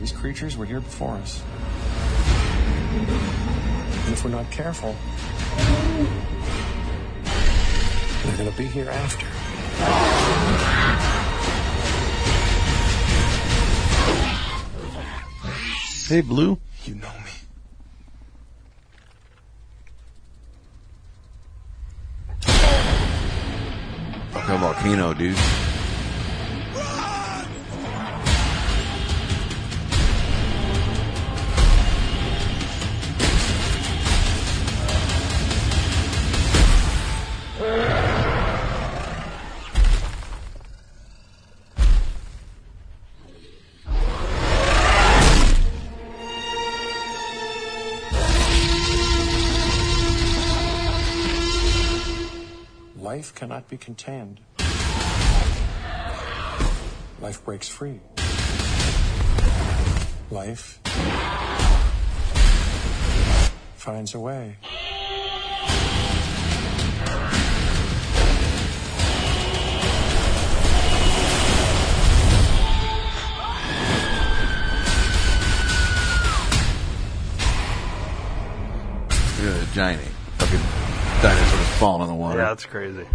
Speaker 10: These creatures were here before us. And if we're not careful, they're gonna be here after.
Speaker 3: Hey, Blue.
Speaker 10: You know me.
Speaker 3: Fuck a volcano, dude.
Speaker 10: Life cannot be contained. Life breaks free. Life finds a way.
Speaker 3: Look at the giant fucking dinosaurs falling on the water.
Speaker 2: Yeah, that's crazy.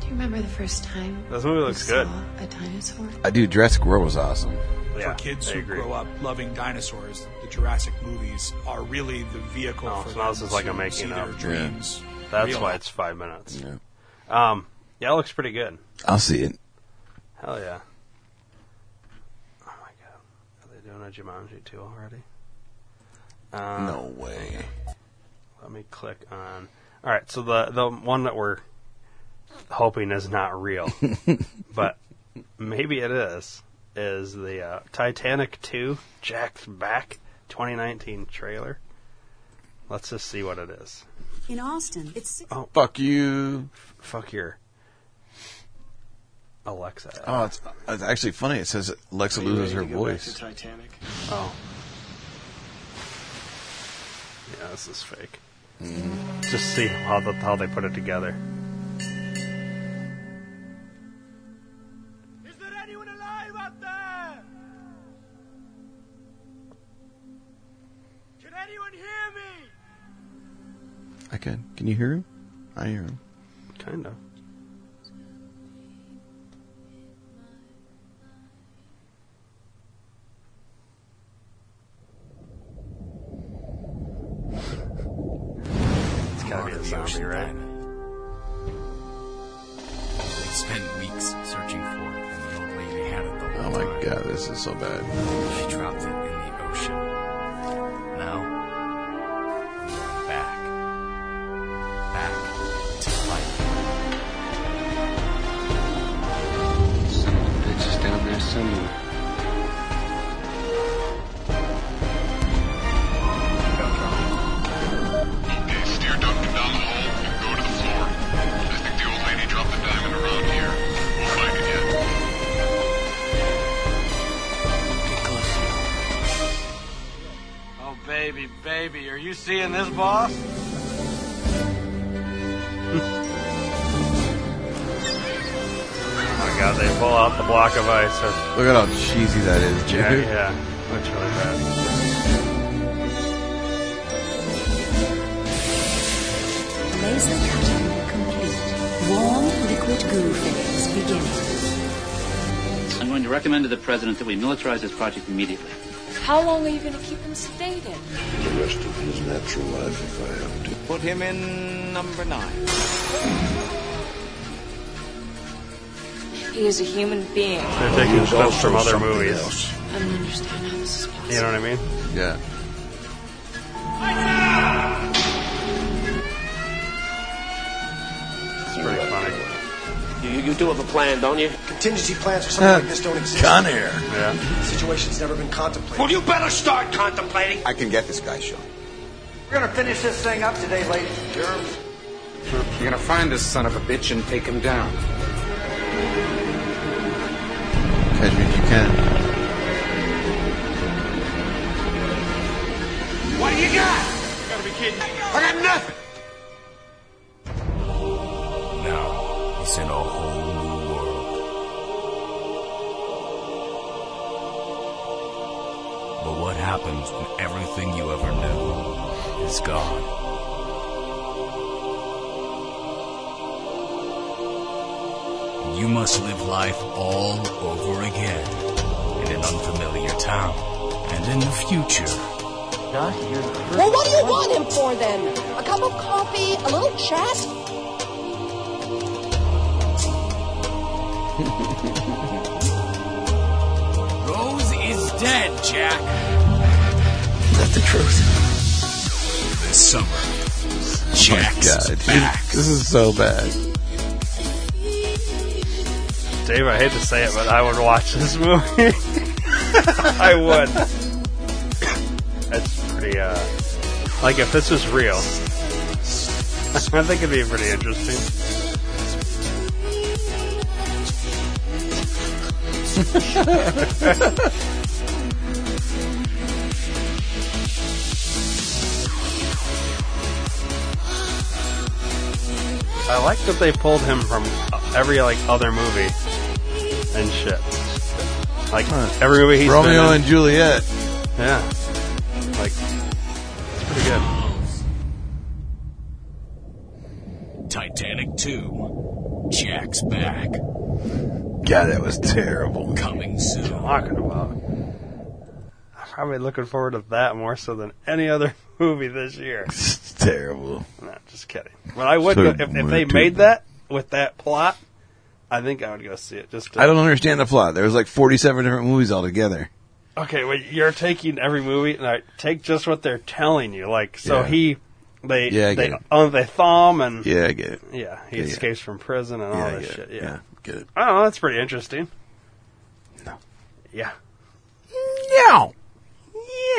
Speaker 8: Do you remember the first time
Speaker 2: This movie looks good.
Speaker 8: a dinosaur?
Speaker 3: I do. Uh, Jurassic World was awesome.
Speaker 14: for kids who grow up loving dinosaurs, the Jurassic movies are really the vehicle
Speaker 2: No,
Speaker 14: for
Speaker 2: so now this
Speaker 14: them
Speaker 2: is like
Speaker 14: to
Speaker 2: a
Speaker 14: see
Speaker 2: making
Speaker 14: their
Speaker 2: up.
Speaker 14: dreams.
Speaker 2: That's
Speaker 14: real.
Speaker 2: why it's five minutes.
Speaker 3: Yeah.
Speaker 2: Um. Yeah, it looks pretty good.
Speaker 3: I'll see it.
Speaker 2: Hell yeah. Oh my god, are they doing a Jumanji two already? Uh,
Speaker 3: no way.
Speaker 2: Let me click on. All right, so the the one that we're hoping is not real, but maybe it is. Is the uh, Titanic two Jack's Back 2019 trailer? Let's just see what it is.
Speaker 4: In Austin, it's six.
Speaker 2: Oh,
Speaker 3: fuck you.
Speaker 2: fuck your Alexa.
Speaker 3: Oh, it's, it's actually funny. It says Alexa
Speaker 2: Are you
Speaker 3: loses her
Speaker 2: ready to go back
Speaker 3: voice.
Speaker 17: Titanic.
Speaker 2: Oh. Yeah, this is fake. Just see how the, how they put it together.
Speaker 3: I could. Can you hear him? I hear him.
Speaker 2: Kind of. It's gotta be a zombie, right?
Speaker 12: We spent weeks searching for it, and the old lady had it the
Speaker 3: Oh
Speaker 12: whole
Speaker 3: my
Speaker 12: time.
Speaker 3: god, this is so bad.
Speaker 12: She dropped it in the ocean. Now, we are back. Back to life.
Speaker 15: Son of a bitch is down there somewhere.
Speaker 16: Okay, steer Duncan down the hole and go to the floor. I think the old lady dropped the diamond around here. We'll find it yet.
Speaker 18: Oh, baby, baby, are you seeing this, boss?
Speaker 2: Oh my god, they pull out the block of ice.
Speaker 3: Look at how cheesy that is, dude.
Speaker 2: Yeah, yeah. Looks really bad.
Speaker 4: Laser cutting complete. Warm liquid goo phase beginning.
Speaker 19: I'm going to recommend to the president that we militarize this project immediately.
Speaker 9: How long are you going to keep him sedated?
Speaker 16: The rest of his natural life, if I have to.
Speaker 15: Put him in number nine.
Speaker 19: He is a human being.
Speaker 2: They're taking clips from other
Speaker 16: something
Speaker 2: movies.
Speaker 19: I don't understand how this is possible.
Speaker 2: You know what I mean?
Speaker 3: Yeah.
Speaker 2: It's pretty funny.
Speaker 31: You, you do have a plan, don't you?
Speaker 32: Contingency plans for something like this don't exist.
Speaker 31: Con Air.
Speaker 2: Yeah.
Speaker 32: Situation's never been contemplated.
Speaker 31: Well, you better start contemplating.
Speaker 33: I can get this guy, Sean.
Speaker 18: We're gonna finish this thing up today, ladies and germs.
Speaker 23: You're gonna find this son of a bitch and take him down.
Speaker 3: Catch me if you can.
Speaker 31: What do you got? You gotta be kidding. I got nothing.
Speaker 12: Now, it's in a whole new world. But what happens when everything you ever knew is gone? You must live life all over again in an unfamiliar town. And in the future, not here.
Speaker 9: Well, what do you want him for then? A cup of coffee, a little chat?
Speaker 12: Rose is dead, Jack.
Speaker 3: That's the truth. Oh
Speaker 12: This summer, Jack's
Speaker 3: God, dude.
Speaker 12: back.
Speaker 3: This is so bad.
Speaker 2: Dave, I hate to say it, but I would watch this movie. I would. That's pretty, uh. Like, if this was real, I think it'd be pretty interesting. I like that they pulled him from every, like, other movie and shit. Like, every movie he's been
Speaker 3: Romeo
Speaker 2: in.
Speaker 3: and Juliet.
Speaker 2: Yeah. Like, it's pretty good.
Speaker 12: Titanic 2, Jack's back.
Speaker 3: God, that was terrible.
Speaker 12: Coming soon.
Speaker 2: Talking about. I'm probably looking forward to that more so than any other movie this year.
Speaker 3: terrible.
Speaker 2: No, just kidding. But I would, go, if, if they made that with that plot, I think I would go see it. Just to,
Speaker 3: I don't understand the plot. There was like 47 different movies altogether.
Speaker 2: Okay, well, you're taking every movie and I take just what they're telling you. Like, so
Speaker 3: Yeah.
Speaker 2: he They
Speaker 3: Yeah, I
Speaker 2: they
Speaker 3: get it.
Speaker 2: oh they thaw him and
Speaker 3: Yeah, I get it.
Speaker 2: Yeah, he
Speaker 3: Yeah, yeah.
Speaker 2: escapes from prison and
Speaker 3: Yeah, I
Speaker 2: all this
Speaker 3: get it.
Speaker 2: shit. Yeah.
Speaker 3: Yeah, get it.
Speaker 2: I don't know. That's pretty interesting. No. Yeah.
Speaker 3: Yeah.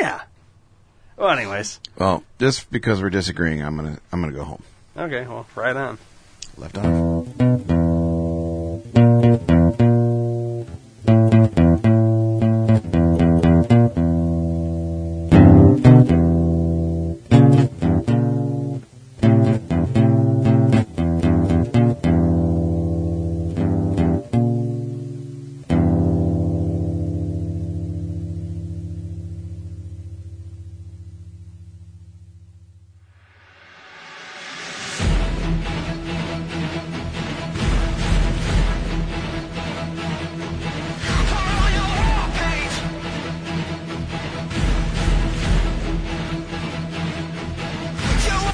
Speaker 2: Yeah. Well, anyways,
Speaker 3: Well, just because we're disagreeing, I'm gonna I'm gonna go home.
Speaker 2: okay. Well, right on.
Speaker 3: Left off.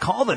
Speaker 1: Call the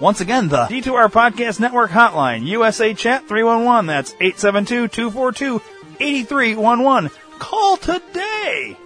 Speaker 1: Once again, the D2R Podcast Network hotline, USA Chat 311. That's 872 242 8311. Call today!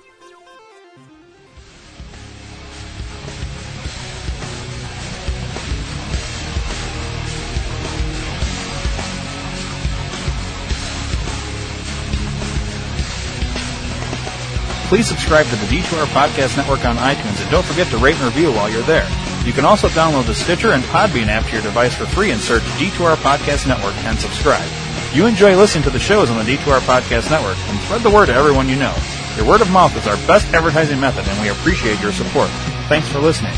Speaker 1: Please subscribe to the D2R Podcast Network on iTunes and don't forget to rate and review while you're there. You can also download the Stitcher and Podbean app to your device for free and search D2R Podcast Network and subscribe. You enjoy listening to the shows on the D2R Podcast Network and spread the word to everyone you know. Your word of mouth is our best advertising method and we appreciate your support. Thanks for listening.